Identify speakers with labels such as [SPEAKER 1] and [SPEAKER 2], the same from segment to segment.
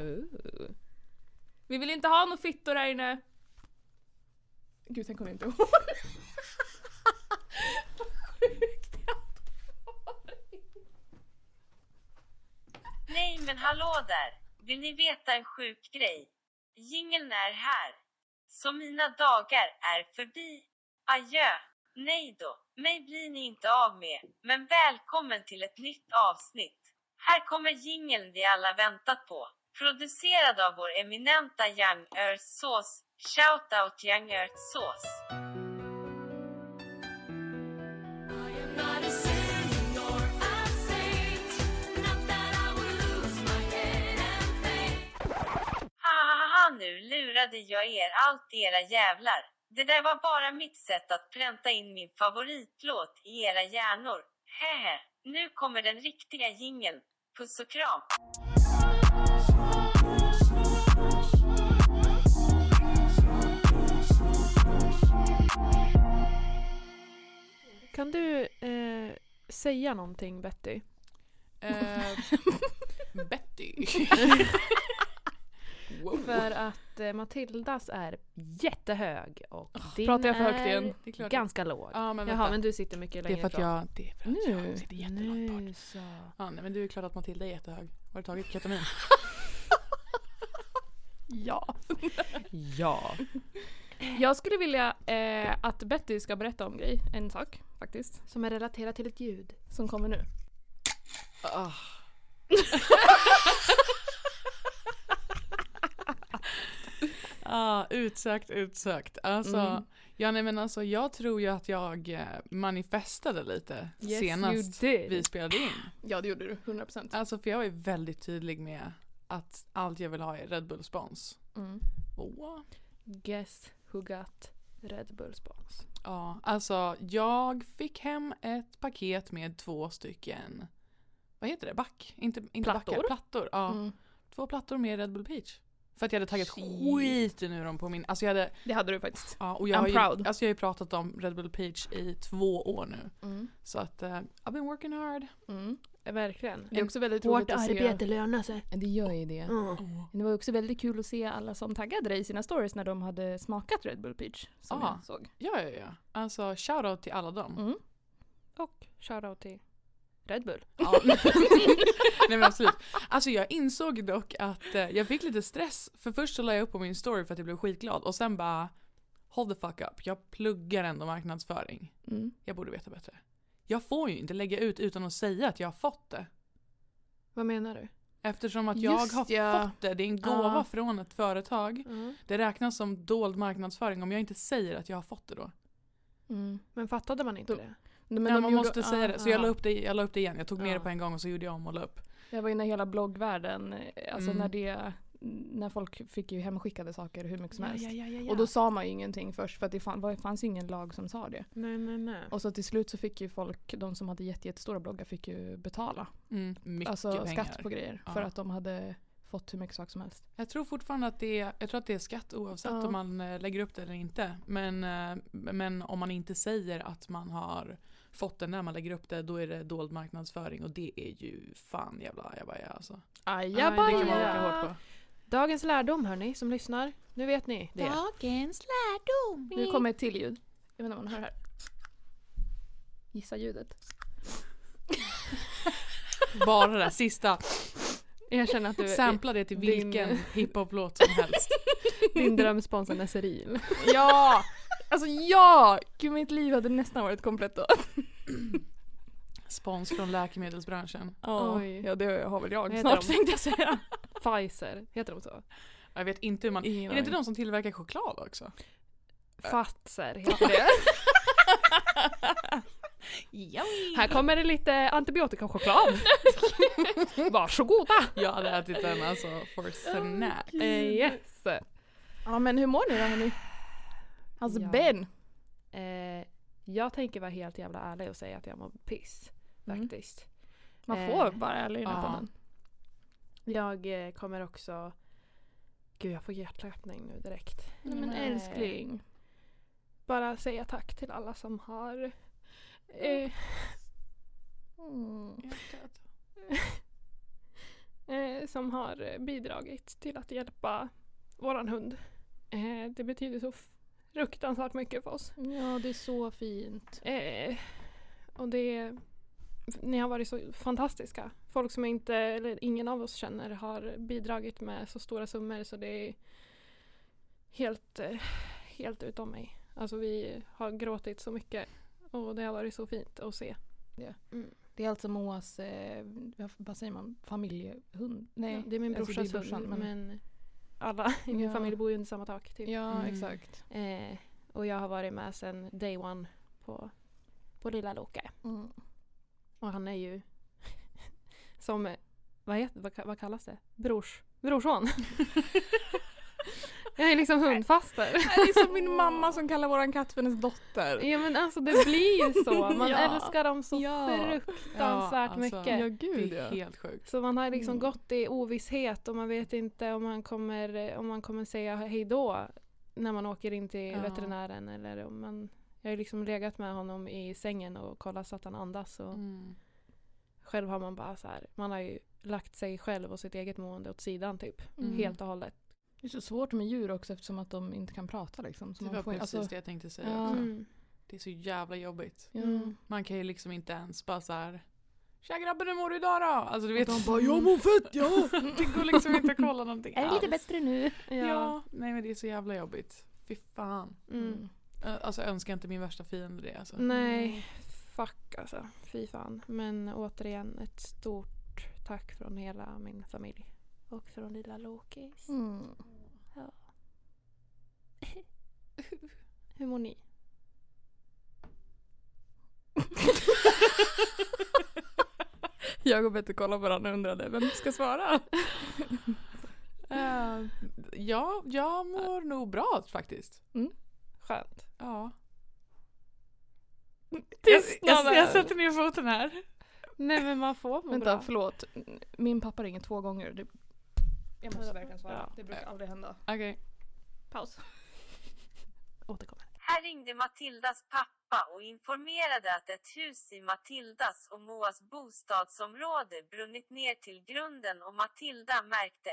[SPEAKER 1] Ooh. Vi vill inte ha några fittor här inne. Gud, sen kommer jag inte ihåg. Vad sjukt att få det.
[SPEAKER 2] Nej men hallå där! Vill ni veta en sjuk grej? Jingeln är här. Så mina dagar är förbi. Adjö! Nej då, mig blir ni inte av med. Men välkommen till ett nytt avsnitt. Här kommer jingeln vi alla väntat på. Producerad av vår eminenta Young Earth Sauce. Shoutout Young Earth Sauce. Hahaha nu lurade jag er allt era jävlar. Det där var bara mitt sätt att pränta in min favoritlåt i era hjärnor. Hehe. Nu kommer den riktiga jingeln. Puss och kram.
[SPEAKER 3] Kan du eh, säga någonting Betty?
[SPEAKER 4] Ehm,
[SPEAKER 1] Eh, Betty. wow.
[SPEAKER 3] För att eh, Matildas är jättehög och din
[SPEAKER 1] Pratar jag för högt
[SPEAKER 3] är
[SPEAKER 1] igen? Det är klart.
[SPEAKER 3] ganska låg.
[SPEAKER 1] Ja, men vänta.
[SPEAKER 3] Jaha men du sitter mycket
[SPEAKER 1] det är
[SPEAKER 3] längre
[SPEAKER 1] för att jag, det är för att
[SPEAKER 3] Nu,
[SPEAKER 1] jag sitter jättelångt bort.
[SPEAKER 3] nu så.
[SPEAKER 1] Ja, nej, men du är klart att Matilda är jättehög. Har du tagit ketamin? ja.
[SPEAKER 3] Ja.
[SPEAKER 4] Jag skulle vilja eh, att Betty ska berätta om grej, en sak faktiskt,
[SPEAKER 3] Som är relaterad till ett ljud.
[SPEAKER 4] som kommer nu.
[SPEAKER 1] ah, utsökt, utsökt. Alltså, ja, nej, men alltså, jag tror ju att jag eh, manifestade lite senast
[SPEAKER 4] you did.
[SPEAKER 1] vi spelade in.
[SPEAKER 4] Ja det gjorde du, 100%.
[SPEAKER 1] Alltså, för jag är väldigt tydlig med att allt jag vill ha är Red Bull Spons.
[SPEAKER 4] Mm.
[SPEAKER 1] Åh.
[SPEAKER 3] Guess who got Red Bull spons.
[SPEAKER 1] Ja, alltså jag fick hem ett paket med två stycken, vad heter det, back? Inte, inte
[SPEAKER 3] Plattor?
[SPEAKER 1] backar, plattor. Ja.
[SPEAKER 4] Mm.
[SPEAKER 1] Två plattor med Red Bull Peach. För att jag hade tagit
[SPEAKER 4] Shit.
[SPEAKER 1] skiten ur dem på min, alltså jag hade,
[SPEAKER 4] Det hade du faktiskt.
[SPEAKER 1] ja, och jag har,
[SPEAKER 4] I'm
[SPEAKER 1] ju,
[SPEAKER 4] proud.
[SPEAKER 1] alltså jag har ju pratat om Red Bull Peach i två år nu.
[SPEAKER 3] Mm.
[SPEAKER 1] Så att eh, I've been working hard.
[SPEAKER 4] Mm.
[SPEAKER 3] Verkligen.
[SPEAKER 4] Det är också väldigt roligt
[SPEAKER 3] Hårt
[SPEAKER 4] att
[SPEAKER 3] arbete lönar sig.
[SPEAKER 4] se. Det gör ju det.
[SPEAKER 3] Ja.
[SPEAKER 4] Men det var också väldigt kul att se alla som taggade dig i sina stories när de hade smakat Red Bull Peach. Som
[SPEAKER 1] Ja.
[SPEAKER 4] jag såg.
[SPEAKER 1] Ja, ja, ja. Alltså shoutout till alla dem.
[SPEAKER 4] Mm.
[SPEAKER 3] Och shoutout till Red Bull.
[SPEAKER 1] Ja. Nej men absolut. Alltså jag insåg dock att eh, jag fick lite stress. För först så la jag upp på min story för att jag blev skitglad och sen bara Hold the fuck up, jag pluggar ändå marknadsföring.
[SPEAKER 4] Mm.
[SPEAKER 1] Jag borde veta bättre. Jag får ju inte lägga ut utan att säga att jag har fått det.
[SPEAKER 3] Vad menar du?
[SPEAKER 1] Eftersom att jag
[SPEAKER 4] Just
[SPEAKER 1] har
[SPEAKER 4] ja.
[SPEAKER 1] fått det, det är en gåva
[SPEAKER 3] Ja.
[SPEAKER 1] från ett företag.
[SPEAKER 3] Mm.
[SPEAKER 1] Det räknas som dold marknadsföring om jag inte säger att jag har fått det då.
[SPEAKER 4] Mm.
[SPEAKER 3] Men fattade man inte
[SPEAKER 4] Då-
[SPEAKER 3] det?
[SPEAKER 4] Men
[SPEAKER 1] ja,
[SPEAKER 4] de
[SPEAKER 1] man
[SPEAKER 4] gjorde-
[SPEAKER 1] måste säga det. Så jag la,
[SPEAKER 4] Aha.
[SPEAKER 1] upp det, jag la upp det igen, jag tog ner
[SPEAKER 3] Ja.
[SPEAKER 1] det på en gång och så gjorde jag om och la upp.
[SPEAKER 4] Det var ju när hela bloggvärlden, eh, alltså
[SPEAKER 1] Mm.
[SPEAKER 4] när det, när folk fick ju hemskickade saker hur mycket som helst.
[SPEAKER 1] ja,
[SPEAKER 4] Och då sa man ju ingenting först för att det fan, var- fanns ju ingen lag som sa det.
[SPEAKER 3] Nej nej nej.
[SPEAKER 4] Och så till slut så fick ju folk, de som hade jätte, jättestora bloggar fick ju betala.
[SPEAKER 1] mm, mycket
[SPEAKER 4] alltså
[SPEAKER 1] pengar.
[SPEAKER 4] skatt på grejer.
[SPEAKER 1] Ja.
[SPEAKER 4] För att de hade fått hur mycket saker som helst.
[SPEAKER 1] Jag tror fortfarande att det är, jag tror att det är skatt oavsett
[SPEAKER 4] Ja.
[SPEAKER 1] om man eh, lägger upp det eller inte. Men, eh, men om man inte säger att man har fått det när man lägger upp det, då är det dold marknadsföring och det är ju fan jävla ajabaja alltså.
[SPEAKER 4] Ah,
[SPEAKER 3] Aj,
[SPEAKER 1] Det kan man
[SPEAKER 3] Ajabaja.
[SPEAKER 1] åka hårt på.
[SPEAKER 3] Dagens lärdom hörni som lyssnar. Nu vet ni det.
[SPEAKER 1] Dagens
[SPEAKER 4] Nu kommer ett till ljud. Jag vet inte om man hör här. Gissa ljudet.
[SPEAKER 1] Bara det där sista.
[SPEAKER 3] Jag känner att du eh,
[SPEAKER 1] Sampla det till
[SPEAKER 3] din-
[SPEAKER 1] vilken hiphop-låt som helst.
[SPEAKER 3] din drömspons är Nesseril.
[SPEAKER 4] Ja! Alltså ja! Gud mitt liv hade nästan varit komplett då.
[SPEAKER 1] Spons från läkemedelsbranschen.
[SPEAKER 3] Oj.
[SPEAKER 4] Ja det har väl jag
[SPEAKER 3] heter
[SPEAKER 4] snart
[SPEAKER 3] de?
[SPEAKER 4] tänkte jag säga.
[SPEAKER 3] Pfizer, heter de så?
[SPEAKER 1] Jag vet inte hur man...
[SPEAKER 4] Ingen
[SPEAKER 1] Är det inte
[SPEAKER 4] aning.
[SPEAKER 1] de som tillverkar choklad också?
[SPEAKER 3] Fatser heter det. Här kommer det lite antibiotikachoklad. Varsågoda!
[SPEAKER 1] Jag hade ätit den alltså for snack.
[SPEAKER 3] Eh, yes.
[SPEAKER 4] Ja men hur mår ni då hörni? Alltså
[SPEAKER 3] Ja.
[SPEAKER 4] Ben.
[SPEAKER 3] Eh, jag tänker vara helt jävla ärlig och säga att jag mår piss.
[SPEAKER 4] Mm.
[SPEAKER 3] Faktiskt.
[SPEAKER 4] Man
[SPEAKER 3] Eh,
[SPEAKER 4] får bara ärlig i den här
[SPEAKER 1] ja.
[SPEAKER 4] podden.
[SPEAKER 3] Jag eh, kommer också... Gud jag får hjärtklappning nu direkt.
[SPEAKER 4] Nej, men
[SPEAKER 3] Nej.
[SPEAKER 4] älskling.
[SPEAKER 3] Bara säga tack till alla som har... Eh,
[SPEAKER 4] Mm.
[SPEAKER 1] Hjärtat.
[SPEAKER 3] eh, som har eh, bidragit till att hjälpa våran hund. Eh, det betyder så fruktansvärt mycket för oss.
[SPEAKER 4] Ja, det är så fint.
[SPEAKER 3] Eh, och det är, ni har varit så fantastiska. Folk som inte, eller ingen av oss känner har bidragit med så stora summor så det är helt, eh, helt utom mig. Alltså vi har gråtit så mycket och det har varit så fint att se.
[SPEAKER 4] Det är alltså Moas, eh, vad- vad säger man, familjehund? Nej,
[SPEAKER 3] Ja, det är min
[SPEAKER 4] alltså
[SPEAKER 3] brorsas
[SPEAKER 4] det är brorsan,
[SPEAKER 3] hund
[SPEAKER 4] men-
[SPEAKER 3] men... alla i min
[SPEAKER 4] Ja.
[SPEAKER 3] familj bor ju under samma tak. Typ.
[SPEAKER 4] ja
[SPEAKER 1] Mm.
[SPEAKER 4] exakt.
[SPEAKER 3] Eh, och jag har varit med sedan day one på, på lilla Loke.
[SPEAKER 4] Mm.
[SPEAKER 3] Och han är ju som, eh, vad, heter, vad, ka- vad kallas det? Brors, brorson. jag är liksom hundfaster.
[SPEAKER 4] Det är som min mamma som kallar våran katt för hennes dotter.
[SPEAKER 3] Ja men alltså det blir ju så. Man
[SPEAKER 4] Ja.
[SPEAKER 3] älskar dem så
[SPEAKER 4] Ja.
[SPEAKER 3] fruktansvärt
[SPEAKER 1] Ja, alltså.
[SPEAKER 3] mycket.
[SPEAKER 4] gud
[SPEAKER 1] Det är helt sjukt.
[SPEAKER 3] Så man har liksom
[SPEAKER 4] Mm.
[SPEAKER 3] gått i ovisshet och man vet inte om man kommer, om man kommer säga hej då när man åker in till
[SPEAKER 1] Ja.
[SPEAKER 3] veterinären. Eller om man, jag har ju liksom legat med honom i sängen och kollat så att han andas. Och
[SPEAKER 1] Mm.
[SPEAKER 3] Själv har man bara så här, man har ju lagt sig själv och sitt eget mående åt sidan typ.
[SPEAKER 1] Mm.
[SPEAKER 3] Helt och hållet.
[SPEAKER 4] Det är så svårt med djur också eftersom att de inte kan prata liksom. Så
[SPEAKER 1] Det
[SPEAKER 4] man
[SPEAKER 1] var
[SPEAKER 4] får,
[SPEAKER 1] precis
[SPEAKER 4] alltså,
[SPEAKER 1] det jag tänkte säga
[SPEAKER 4] Ja.
[SPEAKER 1] också.
[SPEAKER 3] Mm.
[SPEAKER 1] Det är så jävla jobbigt.
[SPEAKER 4] ja.
[SPEAKER 3] Mm.
[SPEAKER 1] Man kan ju liksom inte ens bara såhär Tja grabben hur mår du idag då? Alltså du vet.
[SPEAKER 4] de bara, "Jag mår
[SPEAKER 1] fett ja! Det går liksom inte att kolla någonting alls.
[SPEAKER 4] bättre nu?
[SPEAKER 3] Ja.
[SPEAKER 1] Ja. nej men det är så jävla jobbigt. Fy fan.
[SPEAKER 3] Mm.
[SPEAKER 1] Ö- Alltså önskar inte min värsta fiende det alltså.
[SPEAKER 3] Nej, fuck alltså. Fy fan. Men återigen ett stort tack från hela min familj. Och från lilla Lokis.
[SPEAKER 4] Mm.
[SPEAKER 3] Hur mår ni?
[SPEAKER 4] Jag och Betty kollar på varandra och undrade vem ska svara.
[SPEAKER 1] Eh, ja, jag mår nog bra faktiskt.
[SPEAKER 3] Skönt.
[SPEAKER 1] Ja.
[SPEAKER 4] Tystnaden!
[SPEAKER 1] Jag, jag sätter ner foten här.
[SPEAKER 3] Nej men man får må
[SPEAKER 4] Vänta,
[SPEAKER 3] bra.
[SPEAKER 4] förlåt. Min pappa ringer två gånger. Det... Jag
[SPEAKER 3] måste verkligen svara.
[SPEAKER 4] Det brukar aldrig hända.
[SPEAKER 1] Okej.
[SPEAKER 4] Paus.
[SPEAKER 3] Återkommer.
[SPEAKER 2] Här ringde Matildas pappa och informerade att ett hus i Matildas och Moas bostadsområde brunnit ner till grunden och Matilda märkte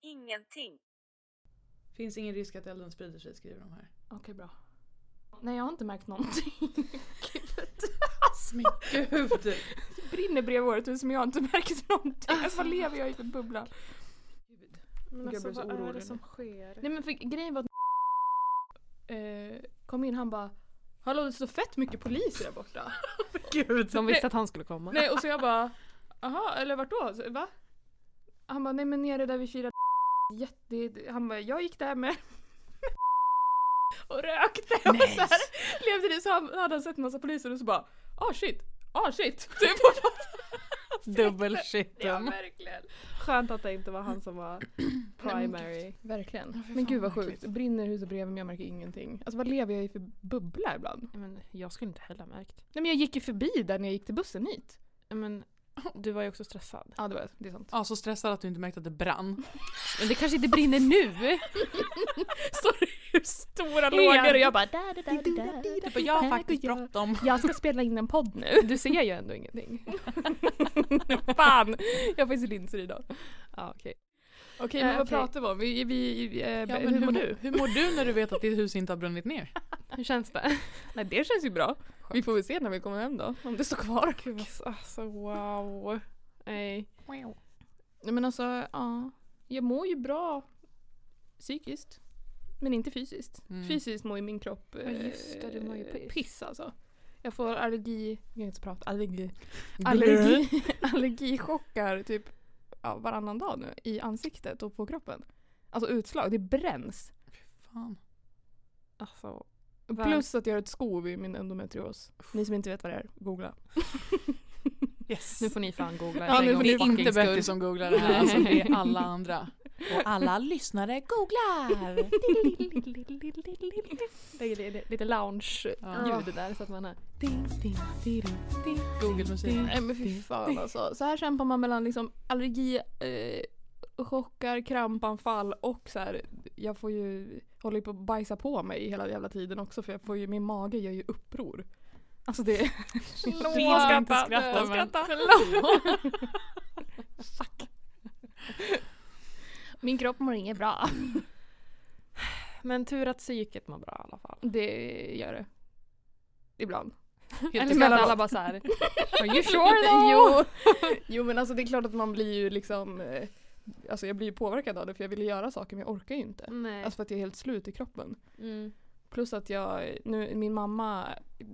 [SPEAKER 2] ingenting.
[SPEAKER 1] Finns ingen risk att elden sprider sig skriver de här.
[SPEAKER 4] Okej, bra. Nej, jag har inte märkt någonting.
[SPEAKER 1] Men gud!
[SPEAKER 4] Det brinner bredvid vårt hus men jag har inte märkt någonting. Alltså, vad lever jag i för bubbla?
[SPEAKER 3] Men
[SPEAKER 4] Jag
[SPEAKER 3] alltså,
[SPEAKER 4] blir så
[SPEAKER 3] vad är
[SPEAKER 4] orolig nu.
[SPEAKER 3] det som sker?
[SPEAKER 4] Nej men för grejen var att eh, kom in han bara Hallå det står fett mycket poliser där borta.
[SPEAKER 1] gud.
[SPEAKER 3] De visste att han skulle komma.
[SPEAKER 4] Nej och så jag bara Jaha eller vart då? Så, Va? Han bara nej men nere där vi firar jätte... Han bara jag gick där med och rökte och
[SPEAKER 1] Nej.
[SPEAKER 4] så här, levde det så han hade han sett en massa poliser och så bara ah shit, ah shit. Typ och bara,
[SPEAKER 1] Dubbel shit.
[SPEAKER 4] ja verkligen.
[SPEAKER 3] Skönt att det inte var han som var primary.
[SPEAKER 4] Verkligen.
[SPEAKER 1] Ja, fy
[SPEAKER 4] men
[SPEAKER 1] fan,
[SPEAKER 4] gud vad
[SPEAKER 1] vad
[SPEAKER 4] sjukt.
[SPEAKER 1] äckligt.
[SPEAKER 4] Brinner huset bredvid men jag märker ingenting. Alltså vad lever jag i för bubbla ibland?
[SPEAKER 3] Nej, Men jag skulle inte heller ha märkt.
[SPEAKER 4] Nej men jag gick ju förbi där när jag gick till bussen hit.
[SPEAKER 3] Nej, Men du var ju också stressad.
[SPEAKER 4] Ja det var jag, det är sant.
[SPEAKER 1] Ja, så stressad att du inte märkte att det brann.
[SPEAKER 3] Men det kanske inte brinner nu!
[SPEAKER 4] Stora
[SPEAKER 3] lågor och
[SPEAKER 4] jag bara
[SPEAKER 1] Du
[SPEAKER 4] Typ,
[SPEAKER 1] bara, jag har faktiskt bråttom.
[SPEAKER 4] Jag ska spela in en podd nu.
[SPEAKER 3] Du ser ju ändå ingenting.
[SPEAKER 4] Fan! Jag har faktiskt linser idag.
[SPEAKER 3] Ja, okej.
[SPEAKER 4] Okej
[SPEAKER 3] Eh,
[SPEAKER 4] men vad
[SPEAKER 3] okej.
[SPEAKER 4] pratar vi om? Vi, vi, vi, eh,
[SPEAKER 1] Ja,
[SPEAKER 4] hur, mår du?
[SPEAKER 1] Hur mår du när du vet att ditt hus inte har brunnit ner?
[SPEAKER 3] Hur känns det?
[SPEAKER 4] Nej det känns ju bra. Vi får väl se när vi kommer hem då. Om det står kvar.
[SPEAKER 3] Gud vad- alltså wow. Nej.
[SPEAKER 4] Nej men alltså ja. Jag mår ju bra psykiskt. Men inte fysiskt.
[SPEAKER 1] Mm.
[SPEAKER 4] Fysiskt mår ju min kropp
[SPEAKER 3] Ja, just det, du mår ju
[SPEAKER 4] eh,
[SPEAKER 3] piss.
[SPEAKER 4] piss alltså. Jag får allergi, jag kan inte prata, allergi.
[SPEAKER 1] Blö.
[SPEAKER 4] allergi, allergichockar typ ja, varannan dag nu i ansiktet och på kroppen. Alltså utslag, det bränns.
[SPEAKER 1] Fan.
[SPEAKER 3] Alltså.
[SPEAKER 4] Plus att jag har ett skov i min endometrios. Ni som inte vet vad det är, googla.
[SPEAKER 1] Yes.
[SPEAKER 3] Nu får ni fan googla.
[SPEAKER 4] Ja,
[SPEAKER 3] för
[SPEAKER 4] nu
[SPEAKER 3] en
[SPEAKER 4] får
[SPEAKER 3] gångs
[SPEAKER 4] ni
[SPEAKER 3] fucking
[SPEAKER 1] inte
[SPEAKER 3] skull.
[SPEAKER 1] Betty som googlar det här, alltså det är alla andra. Och alla lyssnare googlar!
[SPEAKER 3] Lägger li- li- lite lounge-ljud
[SPEAKER 1] Ja.
[SPEAKER 3] där så att man är...
[SPEAKER 1] Google-musik.
[SPEAKER 4] Nej men fy fan alltså. Så här kämpar man mellan liksom allergi, eh, chockar, krampanfall och så här. Jag får ju, håller ju på att bajsa på mig hela jävla tiden också för jag får ju, min mage gör ju uppror. Alltså det är...
[SPEAKER 1] Förlåt, inte skratta, men-
[SPEAKER 4] Förlåt. Fuck. Min kropp mår inget bra.
[SPEAKER 3] Men tur att psyket mår bra i alla fall.
[SPEAKER 4] Det gör det. Ibland. Typ
[SPEAKER 1] Helt
[SPEAKER 3] Eller så att
[SPEAKER 1] emellanåt.
[SPEAKER 3] alla bara såhär, are you sure though?
[SPEAKER 4] jo. jo men alltså det är klart att man blir ju liksom eh, Alltså jag blir ju påverkad av det för jag vill ju göra saker men jag orkar ju inte.
[SPEAKER 3] Nej.
[SPEAKER 4] Alltså för att jag är helt slut i kroppen.
[SPEAKER 3] Mm.
[SPEAKER 4] Plus att jag, nu, min mamma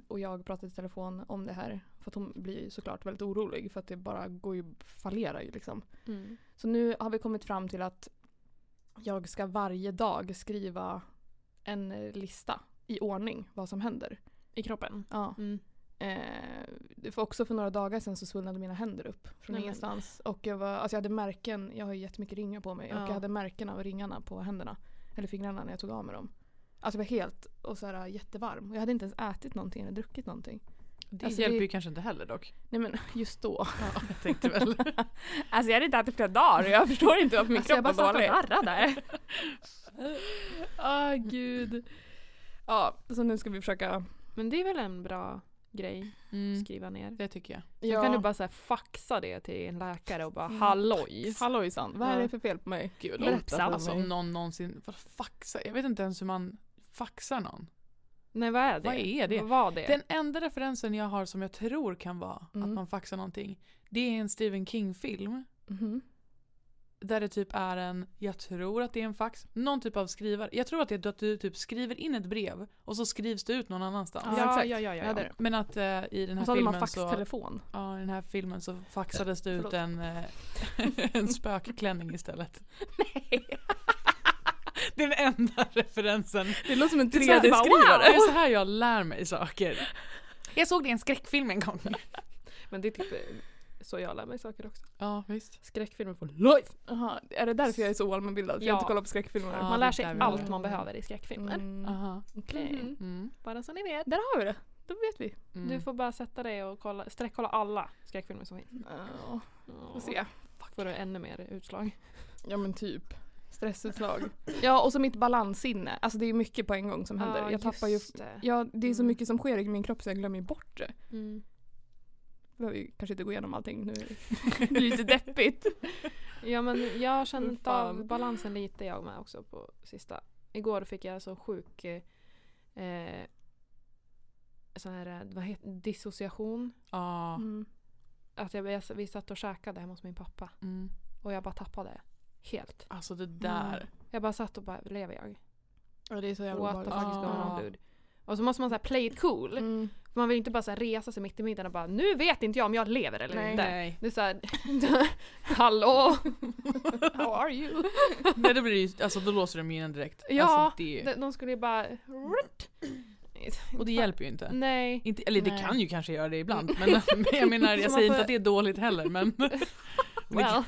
[SPEAKER 4] och jag pratade i telefon om det här. För att hon blir ju såklart väldigt orolig för att det bara går ju, fallerar ju liksom.
[SPEAKER 3] Mm.
[SPEAKER 4] Så nu har vi kommit fram till att jag ska varje dag skriva en eh, lista i ordning vad som händer.
[SPEAKER 3] I kroppen.
[SPEAKER 4] Ja.
[SPEAKER 3] Mm.
[SPEAKER 4] Eh, för också för några dagar sedan så svullnade mina händer upp från
[SPEAKER 3] Nej, men-
[SPEAKER 4] ingenstans. Och jag, var, alltså jag hade märken, jag har ju jättemycket ringar på mig och
[SPEAKER 3] Ja.
[SPEAKER 4] jag hade märken av ringarna på händerna. Eller fingrarna när jag tog av mig dem. Alltså jag var helt och så här, jättevarm. Och jag hade inte ens ätit någonting eller druckit någonting.
[SPEAKER 1] Det
[SPEAKER 4] Alltså,
[SPEAKER 1] hjälper
[SPEAKER 4] det-
[SPEAKER 1] ju kanske inte heller dock.
[SPEAKER 4] Nej men just då.
[SPEAKER 1] Ja, jag tänkte väl.
[SPEAKER 4] Alltså jag hade inte ätit flera dagar och jag förstår inte varför min
[SPEAKER 3] Alltså jag bara satt och darrade.
[SPEAKER 4] Ah gud. Ja, så nu ska vi försöka.
[SPEAKER 3] Men det är väl en bra grej
[SPEAKER 1] Mm,
[SPEAKER 3] att skriva ner.
[SPEAKER 1] det tycker jag.
[SPEAKER 3] Sen kan du bara så här faxa det till en läkare och bara
[SPEAKER 4] Mm.
[SPEAKER 3] halloj.
[SPEAKER 4] Hallojsan, vad är
[SPEAKER 3] Ja.
[SPEAKER 4] det för fel på mig?
[SPEAKER 1] Gud,
[SPEAKER 4] Berätta
[SPEAKER 1] Lotta,
[SPEAKER 4] för
[SPEAKER 1] alltså,
[SPEAKER 4] mig.
[SPEAKER 1] om någon någonsin, vad faxa? Jag vet inte ens hur man faxar någon.
[SPEAKER 3] Nej vad är det?
[SPEAKER 1] Vad är det?
[SPEAKER 3] Vad var det?
[SPEAKER 1] Den enda referensen jag har som jag tror kan vara
[SPEAKER 4] Mm.
[SPEAKER 1] att man faxar någonting, det är en Stephen King-film.
[SPEAKER 4] Mhm.
[SPEAKER 1] Där det typ är en, jag tror att det är en fax, någon typ av skrivare. Jag tror att det är att du typ skriver in ett brev och så skrivs det ut någon annanstans.
[SPEAKER 4] Ja,
[SPEAKER 3] Ja,
[SPEAKER 4] exakt.
[SPEAKER 3] ja, ja, ja, ja.
[SPEAKER 4] det är det.
[SPEAKER 1] Men att eh, i den
[SPEAKER 4] Och
[SPEAKER 1] här
[SPEAKER 4] så hade man
[SPEAKER 1] filmen så,
[SPEAKER 4] faxtelefon.
[SPEAKER 1] ja, i den här filmen så faxades det
[SPEAKER 4] Förlåt.
[SPEAKER 1] ut en, eh, en spökklänning istället. Det är den enda referensen.
[SPEAKER 4] Det låter som en
[SPEAKER 1] Det är, så här, wow!
[SPEAKER 4] 3D-skrivare.
[SPEAKER 1] det är så här jag lär mig saker. Jag såg det i en skräckfilm en gång.
[SPEAKER 3] Men det är typ eh, så jag lär mig saker också.
[SPEAKER 1] Ja visst.
[SPEAKER 3] Skräckfilmer får
[SPEAKER 4] Life! Aha, är det därför jag är så allmänbildad? För Jag
[SPEAKER 3] Ja.
[SPEAKER 4] har inte kollat på skräckfilmer.
[SPEAKER 1] Ja,
[SPEAKER 3] Man lär
[SPEAKER 1] det
[SPEAKER 3] sig
[SPEAKER 1] där vi
[SPEAKER 3] allt
[SPEAKER 4] har.
[SPEAKER 3] man behöver i skräckfilmer.
[SPEAKER 4] Mm.
[SPEAKER 1] Aha.
[SPEAKER 4] Okej.
[SPEAKER 3] Mhm.
[SPEAKER 1] Mm.
[SPEAKER 3] Bara så ni vet.
[SPEAKER 4] Där har vi det. Då vet vi.
[SPEAKER 1] Mm.
[SPEAKER 3] Du får bara sätta dig och kolla, sträckkolla alla skräckfilmer som finns.
[SPEAKER 4] Ja,
[SPEAKER 3] Ja.
[SPEAKER 4] får se.
[SPEAKER 3] Får du ännu mer utslag.
[SPEAKER 4] Ja men typ. Stressutslag. ja och så mitt balanssinne. Alltså det är mycket på en gång som händer. jag tappar ju...
[SPEAKER 3] just det.
[SPEAKER 4] Ja, det är så
[SPEAKER 3] Mm.
[SPEAKER 4] mycket som sker i min kropp så jag glömmer ju bort det.
[SPEAKER 3] Mm.
[SPEAKER 4] behöver ju kanske inte gå igenom allting nu. Det blir lite deppigt.
[SPEAKER 3] Ja men jag har känt av
[SPEAKER 4] Fan.
[SPEAKER 3] balansen lite jag med också på sista. Igår fick jag så sjuk eh, eh, sån här, eh, vad heter dissociation.
[SPEAKER 1] Ja.
[SPEAKER 4] Mm.
[SPEAKER 3] Att jag, jag, vi satt och käkade hemma hos min pappa
[SPEAKER 1] Mm.
[SPEAKER 3] och jag bara tappade helt.
[SPEAKER 1] Alltså det där.
[SPEAKER 3] Jag bara satt och bara, lever jag?
[SPEAKER 4] Ja, det är så jävla
[SPEAKER 3] What the fuck is
[SPEAKER 1] Ah.
[SPEAKER 3] going on dude? Och så måste man så här play it cool.
[SPEAKER 4] Mm.
[SPEAKER 3] För Man vill ju inte bara så här resa sig mitt i middagen och bara nu vet inte jag om jag lever eller
[SPEAKER 4] Nej.
[SPEAKER 3] inte. Det är såhär, hallå!
[SPEAKER 4] How are you?
[SPEAKER 1] Nej då blir det ju, alltså då låser de ju in en direkt.
[SPEAKER 3] Ja,
[SPEAKER 1] Alltså, det,
[SPEAKER 3] De, de skulle ju bara...
[SPEAKER 1] och det hjälper ju inte.
[SPEAKER 3] Mm. Nej.
[SPEAKER 1] Inte, eller det
[SPEAKER 4] Nej.
[SPEAKER 1] kan ju kanske göra det ibland men, men jag menar
[SPEAKER 3] Så man
[SPEAKER 1] jag säger
[SPEAKER 3] får-
[SPEAKER 1] inte att det är dåligt heller men
[SPEAKER 3] Well,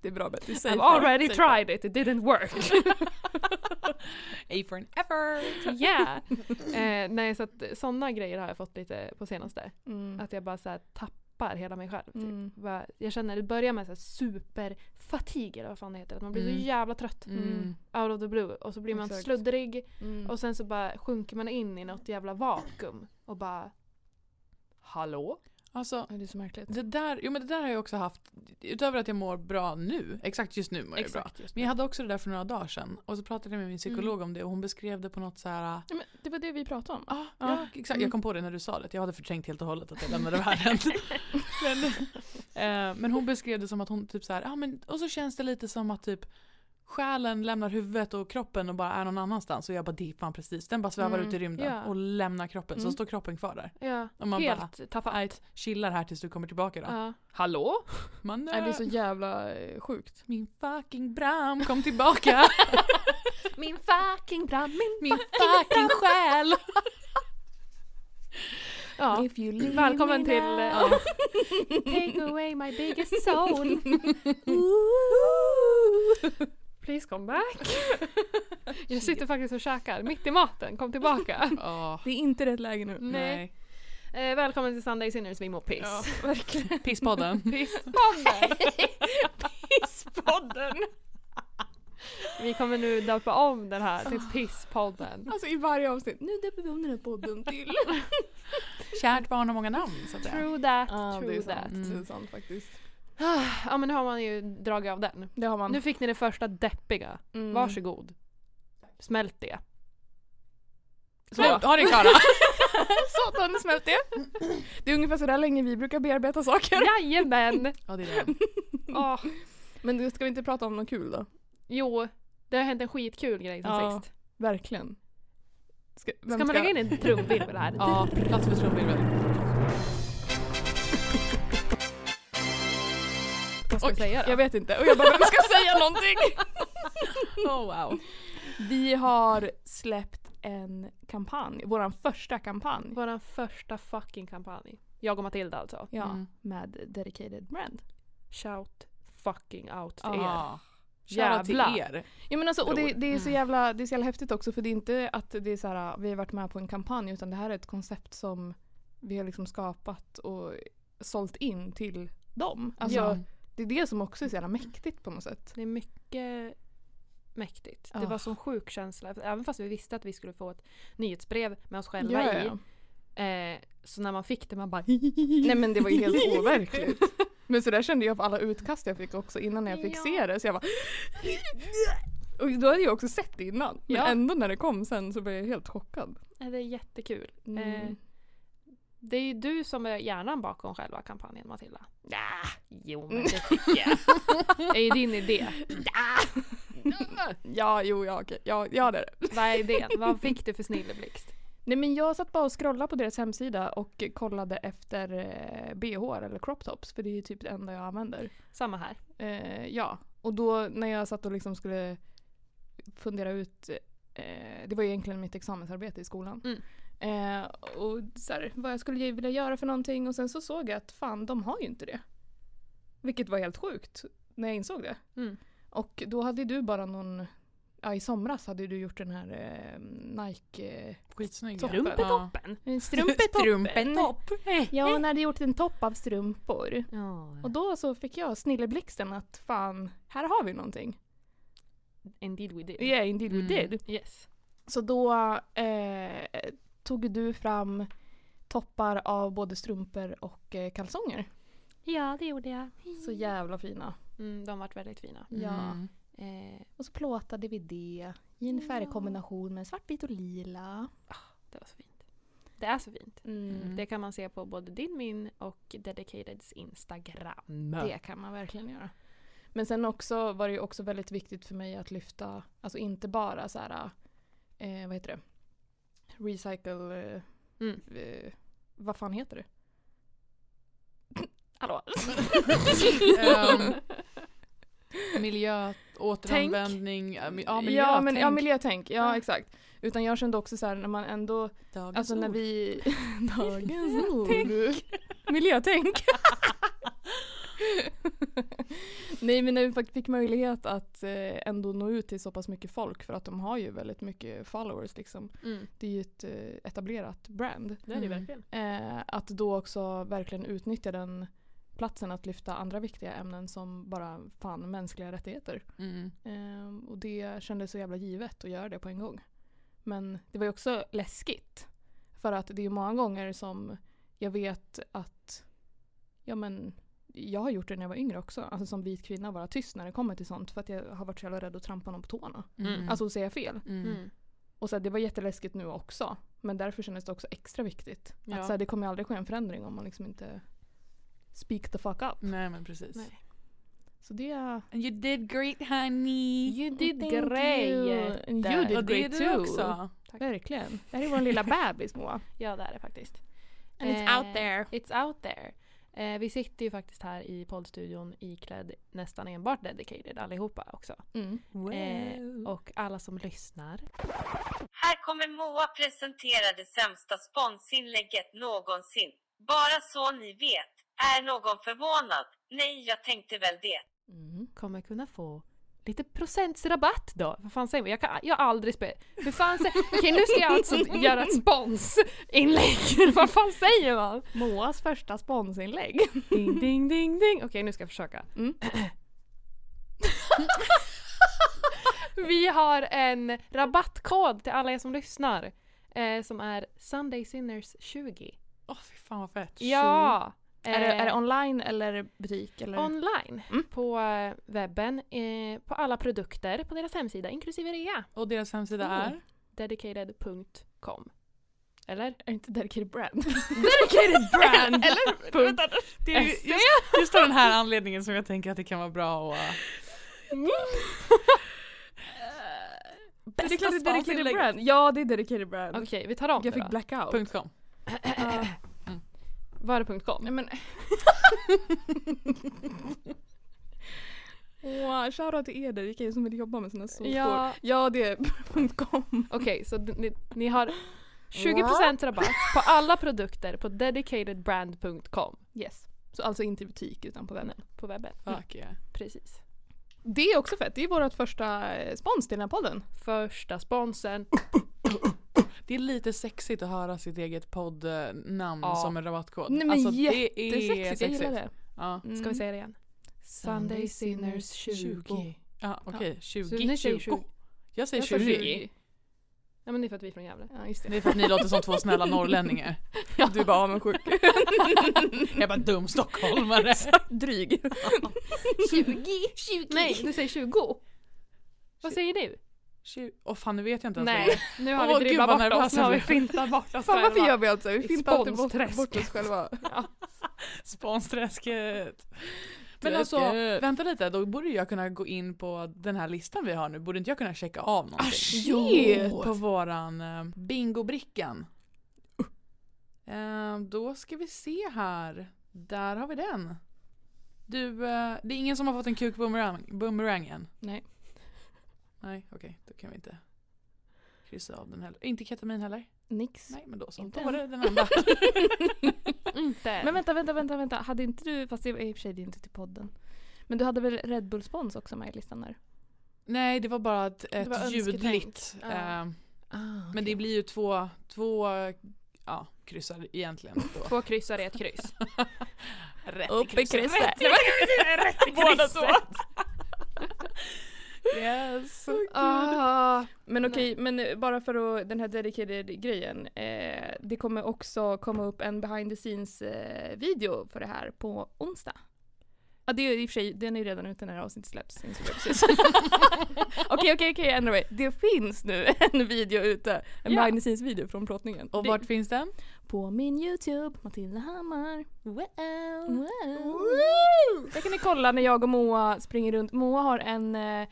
[SPEAKER 4] Det är bra Betty.
[SPEAKER 3] I've already tried it, it didn't work.
[SPEAKER 1] A for an effort!
[SPEAKER 3] Yeah! eh, nej så att sådana grejer har jag fått lite på senaste.
[SPEAKER 4] Mm.
[SPEAKER 3] Att jag bara så här tappar hela mig själv. Typ.
[SPEAKER 4] Mm.
[SPEAKER 3] Bara, jag känner, det börjar med så här superfatig eller vad fan det heter. Att man blir
[SPEAKER 1] Mm.
[SPEAKER 3] så jävla trött
[SPEAKER 1] Mm.
[SPEAKER 3] out of the blue. Och så blir man
[SPEAKER 4] Exakt.
[SPEAKER 3] sluddrig.
[SPEAKER 4] Mm.
[SPEAKER 3] Och sen så bara sjunker man in i något jävla vakuum och bara Hallå?
[SPEAKER 1] Alltså
[SPEAKER 4] Ja, det är så märkligt.
[SPEAKER 1] det där, jo men det där har jag också haft, utöver att jag mår bra nu, exakt just nu mår jag bra.
[SPEAKER 3] just
[SPEAKER 1] Men jag hade också det där för några dagar sedan och så pratade jag med min psykolog om det och hon beskrev det på något så här.
[SPEAKER 4] Ja, men det var det vi pratade om.
[SPEAKER 1] Ah,
[SPEAKER 4] Ja.
[SPEAKER 1] ja, exakt.
[SPEAKER 4] Mm.
[SPEAKER 1] Jag kom på det när du sa det, jag hade förträngt helt och hållet att jag lämnade världen. men, eh, men hon beskrev det som att hon typ så här, ah, men, och så känns det lite som att typ själen lämnar huvudet och kroppen och bara är någon annanstans och jag bara det är fan precis, den bara svävar
[SPEAKER 4] Mm.
[SPEAKER 1] ut i rymden
[SPEAKER 3] Ja.
[SPEAKER 1] och lämnar kroppen så
[SPEAKER 4] Mm.
[SPEAKER 1] står kroppen kvar där.
[SPEAKER 3] Ja,
[SPEAKER 1] Och man bara,
[SPEAKER 3] helt tappat.
[SPEAKER 1] Ajt, chillar här tills du kommer tillbaka då.
[SPEAKER 3] Ja.
[SPEAKER 1] Hallå? Man,
[SPEAKER 4] Nej, det är så jävla eh, sjukt.
[SPEAKER 1] Min fucking Bram kom tillbaka,
[SPEAKER 3] Min fucking brand, min...
[SPEAKER 1] min fucking själ!
[SPEAKER 3] Ja.
[SPEAKER 4] If you leave
[SPEAKER 3] Välkommen
[SPEAKER 4] me
[SPEAKER 3] till...
[SPEAKER 4] now.
[SPEAKER 3] eh, Take away my biggest soul. Please come back. Jag sitter faktiskt och käkar mitt i maten, kom tillbaka.
[SPEAKER 1] Åh,
[SPEAKER 4] Det är inte rätt läge nu.
[SPEAKER 3] Nej. Eh, välkommen till Sunday Sinners, vi mår piss.
[SPEAKER 4] Ja,
[SPEAKER 3] verkligen.
[SPEAKER 1] Pisspodden.
[SPEAKER 3] Pisspodden! pisspodden! Vi kommer nu döpa om den här
[SPEAKER 4] Ah.
[SPEAKER 3] till Pisspodden.
[SPEAKER 4] Alltså i varje avsnitt. Nu döper vi om den här podden till.
[SPEAKER 1] Kärt barn har många namn så att säga.
[SPEAKER 3] True that,
[SPEAKER 4] Ja,
[SPEAKER 3] true
[SPEAKER 4] Ah, det är
[SPEAKER 3] that.
[SPEAKER 4] sant.
[SPEAKER 1] Mm.
[SPEAKER 4] Det är sant faktiskt.
[SPEAKER 3] Ja men nu har man ju dragit av den.
[SPEAKER 4] Det har man.
[SPEAKER 3] Nu fick ni det första deppiga.
[SPEAKER 4] Mm.
[SPEAKER 3] Varsågod. Smält det.
[SPEAKER 1] Så,
[SPEAKER 4] Ja.
[SPEAKER 1] ha det Klara.
[SPEAKER 4] Satan, smält det. Det är ungefär sådär länge vi brukar bearbeta saker.
[SPEAKER 3] Jajamän!
[SPEAKER 1] Ja, det är det.
[SPEAKER 3] Åh,
[SPEAKER 4] Men nu ska vi inte prata om något kul då?
[SPEAKER 3] jo, det har hänt en skitkul grej sen
[SPEAKER 4] Ja.
[SPEAKER 3] sist.
[SPEAKER 4] Verkligen. Ska, vem
[SPEAKER 3] Ska man lägga in en trumvirvel här?
[SPEAKER 1] Ja, plats för trumvirvel.
[SPEAKER 3] Vad ska
[SPEAKER 1] Oj,
[SPEAKER 3] jag säga då?
[SPEAKER 4] Jag vet inte. Och jag bara, vem ska säga någonting?
[SPEAKER 1] Oh wow.
[SPEAKER 4] Vi har släppt en kampanj, vår första kampanj.
[SPEAKER 3] Vår första fucking kampanj. Jag och Matilda alltså.
[SPEAKER 4] Ja,
[SPEAKER 1] Mm.
[SPEAKER 4] med Dedicated Brand.
[SPEAKER 3] Shout fucking out till
[SPEAKER 4] Ah.
[SPEAKER 3] er.
[SPEAKER 1] Ja. Shoutout Ah. till
[SPEAKER 3] Jävlar.
[SPEAKER 1] er.
[SPEAKER 4] Ja, men alltså, och det,
[SPEAKER 1] Bror.
[SPEAKER 4] det, är så
[SPEAKER 1] Mm.
[SPEAKER 4] jävla, det är så jävla häftigt också för det är inte att det är så här, vi har varit med på en kampanj utan det här är ett koncept som vi har liksom skapat och sålt in till dem. Alltså,
[SPEAKER 3] Ja.
[SPEAKER 4] Det är det som också är så jävla mäktigt på något sätt.
[SPEAKER 3] Det är mycket mäktigt. Det
[SPEAKER 4] Ja.
[SPEAKER 3] var sån sjuk känsla. Även fast vi visste att vi skulle få ett nyhetsbrev med oss själva
[SPEAKER 4] Ja, ja,
[SPEAKER 3] i.
[SPEAKER 4] ja.
[SPEAKER 3] Eh, så när man fick det man bara
[SPEAKER 4] Nej men det var ju helt overkligt. Men så där kände jag på alla utkast jag fick också innan jag fick
[SPEAKER 3] Ja.
[SPEAKER 4] se det. Så jag bara... Och då hade jag också sett det innan. Men
[SPEAKER 3] Ja.
[SPEAKER 4] ändå när det kom sen så blev jag helt chockad.
[SPEAKER 3] "Nej, det är jättekul.
[SPEAKER 4] Mm.
[SPEAKER 3] Eh, det är ju du som är hjärnan bakom själva kampanjen Matilda. Ja. Jo men det tycker jag. Det är ju din idé.
[SPEAKER 4] Ja, jo, ja, okej. Ja, ja det är det.
[SPEAKER 3] Vad är idén? Vad fick du för snilleblixt?
[SPEAKER 4] Nej men jag satt bara och scrollade på deras hemsida och kollade efter eh, bh eller crop tops för det är ju typ det enda jag använder.
[SPEAKER 3] Samma här.
[SPEAKER 4] Eh, ja, och då när jag satt och liksom skulle fundera ut, eh, det var ju egentligen mitt examensarbete i skolan.
[SPEAKER 3] Mm.
[SPEAKER 4] Eh, och så här, vad jag skulle vilja göra för någonting och sen så såg jag att fan de har ju inte det. Vilket var helt sjukt när jag insåg det.
[SPEAKER 3] Mm.
[SPEAKER 4] Och då hade du bara någon, ja i somras hade du gjort den här eh, Nike, eh,
[SPEAKER 1] Skitsnygg. Ja.
[SPEAKER 3] Strumpetoppen.
[SPEAKER 1] Strumpetoppen.
[SPEAKER 4] Ja, hon hade gjort en topp av strumpor.
[SPEAKER 3] Ja.
[SPEAKER 4] Och då så fick jag snilleblixten att fan, här har vi någonting.
[SPEAKER 3] Indeed we did.
[SPEAKER 4] Yeah, indeed we
[SPEAKER 1] Mm.
[SPEAKER 4] did.
[SPEAKER 3] Yes.
[SPEAKER 4] Så då eh, tog du fram toppar av både strumpor och eh, kalsonger.
[SPEAKER 3] Ja, det gjorde jag.
[SPEAKER 4] Så jävla fina.
[SPEAKER 3] Mm, de varit väldigt fina.
[SPEAKER 4] Ja.
[SPEAKER 1] Mm.
[SPEAKER 3] Eh,
[SPEAKER 4] Och så plåtade vi det i en
[SPEAKER 3] Ja.
[SPEAKER 4] färgkombination med svartvit och lila.
[SPEAKER 3] det var så fint. Det är så fint.
[SPEAKER 1] Mm.
[SPEAKER 3] Det kan man se på både din, min och Dedicateds Instagram.
[SPEAKER 1] Mm.
[SPEAKER 4] Det kan man verkligen göra. Men sen också var det ju också väldigt viktigt för mig att lyfta, alltså inte bara så här, eh, vad heter det, recycle, eh,
[SPEAKER 3] Mm.
[SPEAKER 4] eh, vad fan heter det? Hallå?
[SPEAKER 1] Ehm, miljö, återanvändning. Ja, mi- ja, miljö,
[SPEAKER 4] ja, men, ja,
[SPEAKER 1] tänk.
[SPEAKER 4] miljötänk. Ja,
[SPEAKER 1] Ja.
[SPEAKER 4] exakt. Utan jag kände också så här när man ändå,
[SPEAKER 1] Dagens
[SPEAKER 4] alltså när
[SPEAKER 1] ord.
[SPEAKER 4] vi... Dagens ord. Miljötänk. Nej men när vi faktiskt fick möjlighet att eh, ändå nå ut till så pass mycket folk för att de har ju väldigt mycket followers liksom.
[SPEAKER 3] Mm,
[SPEAKER 4] Det är ju ett eh, etablerat brand.
[SPEAKER 3] det är det
[SPEAKER 1] Mm.
[SPEAKER 3] verkligen.
[SPEAKER 4] Eh, att då också verkligen utnyttja den platsen att lyfta andra viktiga ämnen som bara fan mänskliga rättigheter.
[SPEAKER 1] Mm.
[SPEAKER 4] Ehm, och det kändes så jävla givet att göra det på en gång. Men det var ju också läskigt. För att det är ju många gånger som jag vet att ja men, jag har gjort det när jag var yngre också. Alltså som vit kvinna vara tyst när det kommer till sånt. För att jag har varit så jävla rädd att trampa någon på tårna.
[SPEAKER 1] Mm.
[SPEAKER 4] Alltså att säga fel.
[SPEAKER 1] Mm.
[SPEAKER 3] Mm.
[SPEAKER 4] Och så här, det var jätteläskigt nu också. Men därför kändes det också extra viktigt.
[SPEAKER 3] Ja.
[SPEAKER 4] Att så här, det kommer ju aldrig ske en förändring om man liksom inte speak the fuck up.
[SPEAKER 1] Nej men precis.
[SPEAKER 3] Nej.
[SPEAKER 4] Så det...
[SPEAKER 1] And you did great honey.
[SPEAKER 4] You
[SPEAKER 3] did great.
[SPEAKER 4] And you did
[SPEAKER 1] och det är
[SPEAKER 4] great
[SPEAKER 1] du
[SPEAKER 4] too.
[SPEAKER 1] också.
[SPEAKER 4] Verkligen. Det här är vår lilla bebis Moa.
[SPEAKER 3] Ja, det är det faktiskt. Eh.
[SPEAKER 4] And it's
[SPEAKER 1] Eh,
[SPEAKER 4] out there.
[SPEAKER 3] It's out there. Eh, vi sitter ju faktiskt här i poddstudion iklädd nästan enbart dedicated allihopa också.
[SPEAKER 4] Mm.
[SPEAKER 3] Eh, och alla som lyssnar.
[SPEAKER 2] Här kommer Moa presentera det sämsta sponsinlägget någonsin. Bara så ni vet. Är någon förvånad? Nej, jag tänkte väl det.
[SPEAKER 4] Mm.
[SPEAKER 3] kommer kunna få lite procentsrabatt då. Vad fan säger man? Jag, kan, jag har aldrig spelat. Hur fan säger Okej nu ska jag alltså göra ett sponsinlägg. Vad fan säger man?
[SPEAKER 4] Moas första sponsinlägg.
[SPEAKER 3] Ding ding ding ding. Okej nu ska jag försöka.
[SPEAKER 4] Mm.
[SPEAKER 3] Vi har en rabattkod till alla er som lyssnar. Eh, som är Sunday Sinners 20.
[SPEAKER 1] Åh fy fan vad fett.
[SPEAKER 3] Ja!
[SPEAKER 4] Är, det,
[SPEAKER 3] Eh,
[SPEAKER 4] är det online eller butik? Eller?
[SPEAKER 3] online
[SPEAKER 4] Mm.
[SPEAKER 3] på eh, webben, eh, på alla produkter på deras hemsida inklusive rea.
[SPEAKER 1] Och deras hemsida
[SPEAKER 4] Mm.
[SPEAKER 1] är?
[SPEAKER 3] Dedicated.com. Eller?
[SPEAKER 4] Är det inte dedicated brand?
[SPEAKER 3] Dedicated brand!
[SPEAKER 4] eller?
[SPEAKER 3] Punkt.
[SPEAKER 4] Vänta.
[SPEAKER 1] Det är ju
[SPEAKER 3] SE.
[SPEAKER 1] just, just av den här anledningen som jag tänker att det kan vara bra att... eh,
[SPEAKER 4] Mm. Bästa det är klart det är
[SPEAKER 1] spa
[SPEAKER 4] dedicated
[SPEAKER 1] tillägg.
[SPEAKER 4] brand. Ja det är dedicated brand.
[SPEAKER 3] Okej, vi tar om
[SPEAKER 4] Jag
[SPEAKER 3] det
[SPEAKER 4] fick
[SPEAKER 3] då.
[SPEAKER 4] blackout.
[SPEAKER 1] punkt .com.
[SPEAKER 4] Ja.
[SPEAKER 3] Var det punkt .com?
[SPEAKER 4] Nej men. Åh, shoutout till er dedicated som vill jobba med sina solskor.
[SPEAKER 3] Ja,
[SPEAKER 4] ja det är .com.
[SPEAKER 3] okej så d- ni, ni har 20% rabatt på alla produkter på dedicatedbrand.com.
[SPEAKER 4] Yes. Så alltså inte i butik utan på webben.
[SPEAKER 3] På webben. Mm,
[SPEAKER 1] Fuck yeah.
[SPEAKER 3] Precis.
[SPEAKER 4] Det är också fett. Det är vårt första eh, spons till den här podden.
[SPEAKER 3] Första sponsen.
[SPEAKER 1] Det är lite sexigt att höra sitt eget poddnamn
[SPEAKER 3] Ja.
[SPEAKER 1] som en rabattkod. Alltså,
[SPEAKER 4] Nej, men
[SPEAKER 1] det
[SPEAKER 4] Det är sexigt. Jag gillar det.
[SPEAKER 1] Ja.
[SPEAKER 4] Mm.
[SPEAKER 3] Ska vi säga det igen? Sunday Sinners 20.
[SPEAKER 1] Ja, okej. 20.
[SPEAKER 3] Så ni säger
[SPEAKER 1] 20.
[SPEAKER 3] 20.
[SPEAKER 1] Jag säger
[SPEAKER 4] Jag sa
[SPEAKER 1] 20.
[SPEAKER 4] 20.
[SPEAKER 3] Ja men det är för att vi är från Gävle.
[SPEAKER 4] Ja just
[SPEAKER 1] Det är för att ni låter som två snälla norrlänningar.
[SPEAKER 4] Du är bara avundsjuk.
[SPEAKER 1] Jag bara dum stockholmare.
[SPEAKER 4] Dryg.
[SPEAKER 3] 20! 20! Nej, du säger 20. Vad säger du?
[SPEAKER 1] Tju- Åh fan nu vet jag inte ens
[SPEAKER 3] Nej,
[SPEAKER 1] längre.
[SPEAKER 3] nu har
[SPEAKER 1] Åh,
[SPEAKER 3] vi
[SPEAKER 1] gud,
[SPEAKER 3] dribbat
[SPEAKER 1] vad
[SPEAKER 3] bort
[SPEAKER 1] nervös
[SPEAKER 3] oss. Nu
[SPEAKER 1] jag
[SPEAKER 3] har vi
[SPEAKER 1] blev.
[SPEAKER 3] fintat bort oss
[SPEAKER 4] Fan varför
[SPEAKER 3] själva.
[SPEAKER 4] gör vi allt så här? Vi fimpar alltid bort,
[SPEAKER 3] Sponsträsket.
[SPEAKER 4] bort oss själva.
[SPEAKER 1] Spansträsket. Men alltså vänta lite, då borde jag kunna gå in på den här listan vi har nu. Borde inte jag kunna checka av någonting?
[SPEAKER 4] Ah, shit.
[SPEAKER 1] På våran eh, bingobrickan. Eh, då ska vi se här. Där har vi den. Du, eh, det är ingen som har fått en kuk boomerang, boomerang än?
[SPEAKER 4] Nej.
[SPEAKER 1] Nej, okej. Då kan vi inte kryssa av den heller. Inte ketamin heller?
[SPEAKER 4] Nix.
[SPEAKER 1] Nej, men då så.
[SPEAKER 4] Inte
[SPEAKER 1] Då var
[SPEAKER 4] än.
[SPEAKER 1] det den enda.
[SPEAKER 3] Inte.
[SPEAKER 4] Men vänta, vänta, vänta, vänta. Hade inte du, fast det var i och för sig det är inte till podden. Men du hade väl Red Bull Spons också med i listan där?
[SPEAKER 1] Nej, det var bara ett, ett
[SPEAKER 3] var
[SPEAKER 1] ljudligt.
[SPEAKER 3] önsketänkt. Ja.
[SPEAKER 1] eh,
[SPEAKER 4] Ah,
[SPEAKER 1] Men det blir ju två, två ja, kryssar egentligen. Då.
[SPEAKER 3] Två kryssar i ett kryss.
[SPEAKER 1] Rätt
[SPEAKER 4] Upp i krysset!
[SPEAKER 1] Båda två. yes.
[SPEAKER 3] Ah,
[SPEAKER 4] Men okej, men eh, bara för att, den här dedicated-grejen. Eh, det kommer också komma upp en behind the scenes-video för det här på onsdag. Ja, det är ju i och för sig, den är ju redan ute när det här avsnittet släpps. insåg jag precis. Okej, okej, okej, anyway. Det finns nu en video ute. En
[SPEAKER 1] Ja.
[SPEAKER 4] behind the scenes-video från plåtningen.
[SPEAKER 1] Och vart finns den?
[SPEAKER 4] På min YouTube, Matilda Hammar. Wow. Där kan ni kolla när jag och Moa springer runt. Moa har en, eh,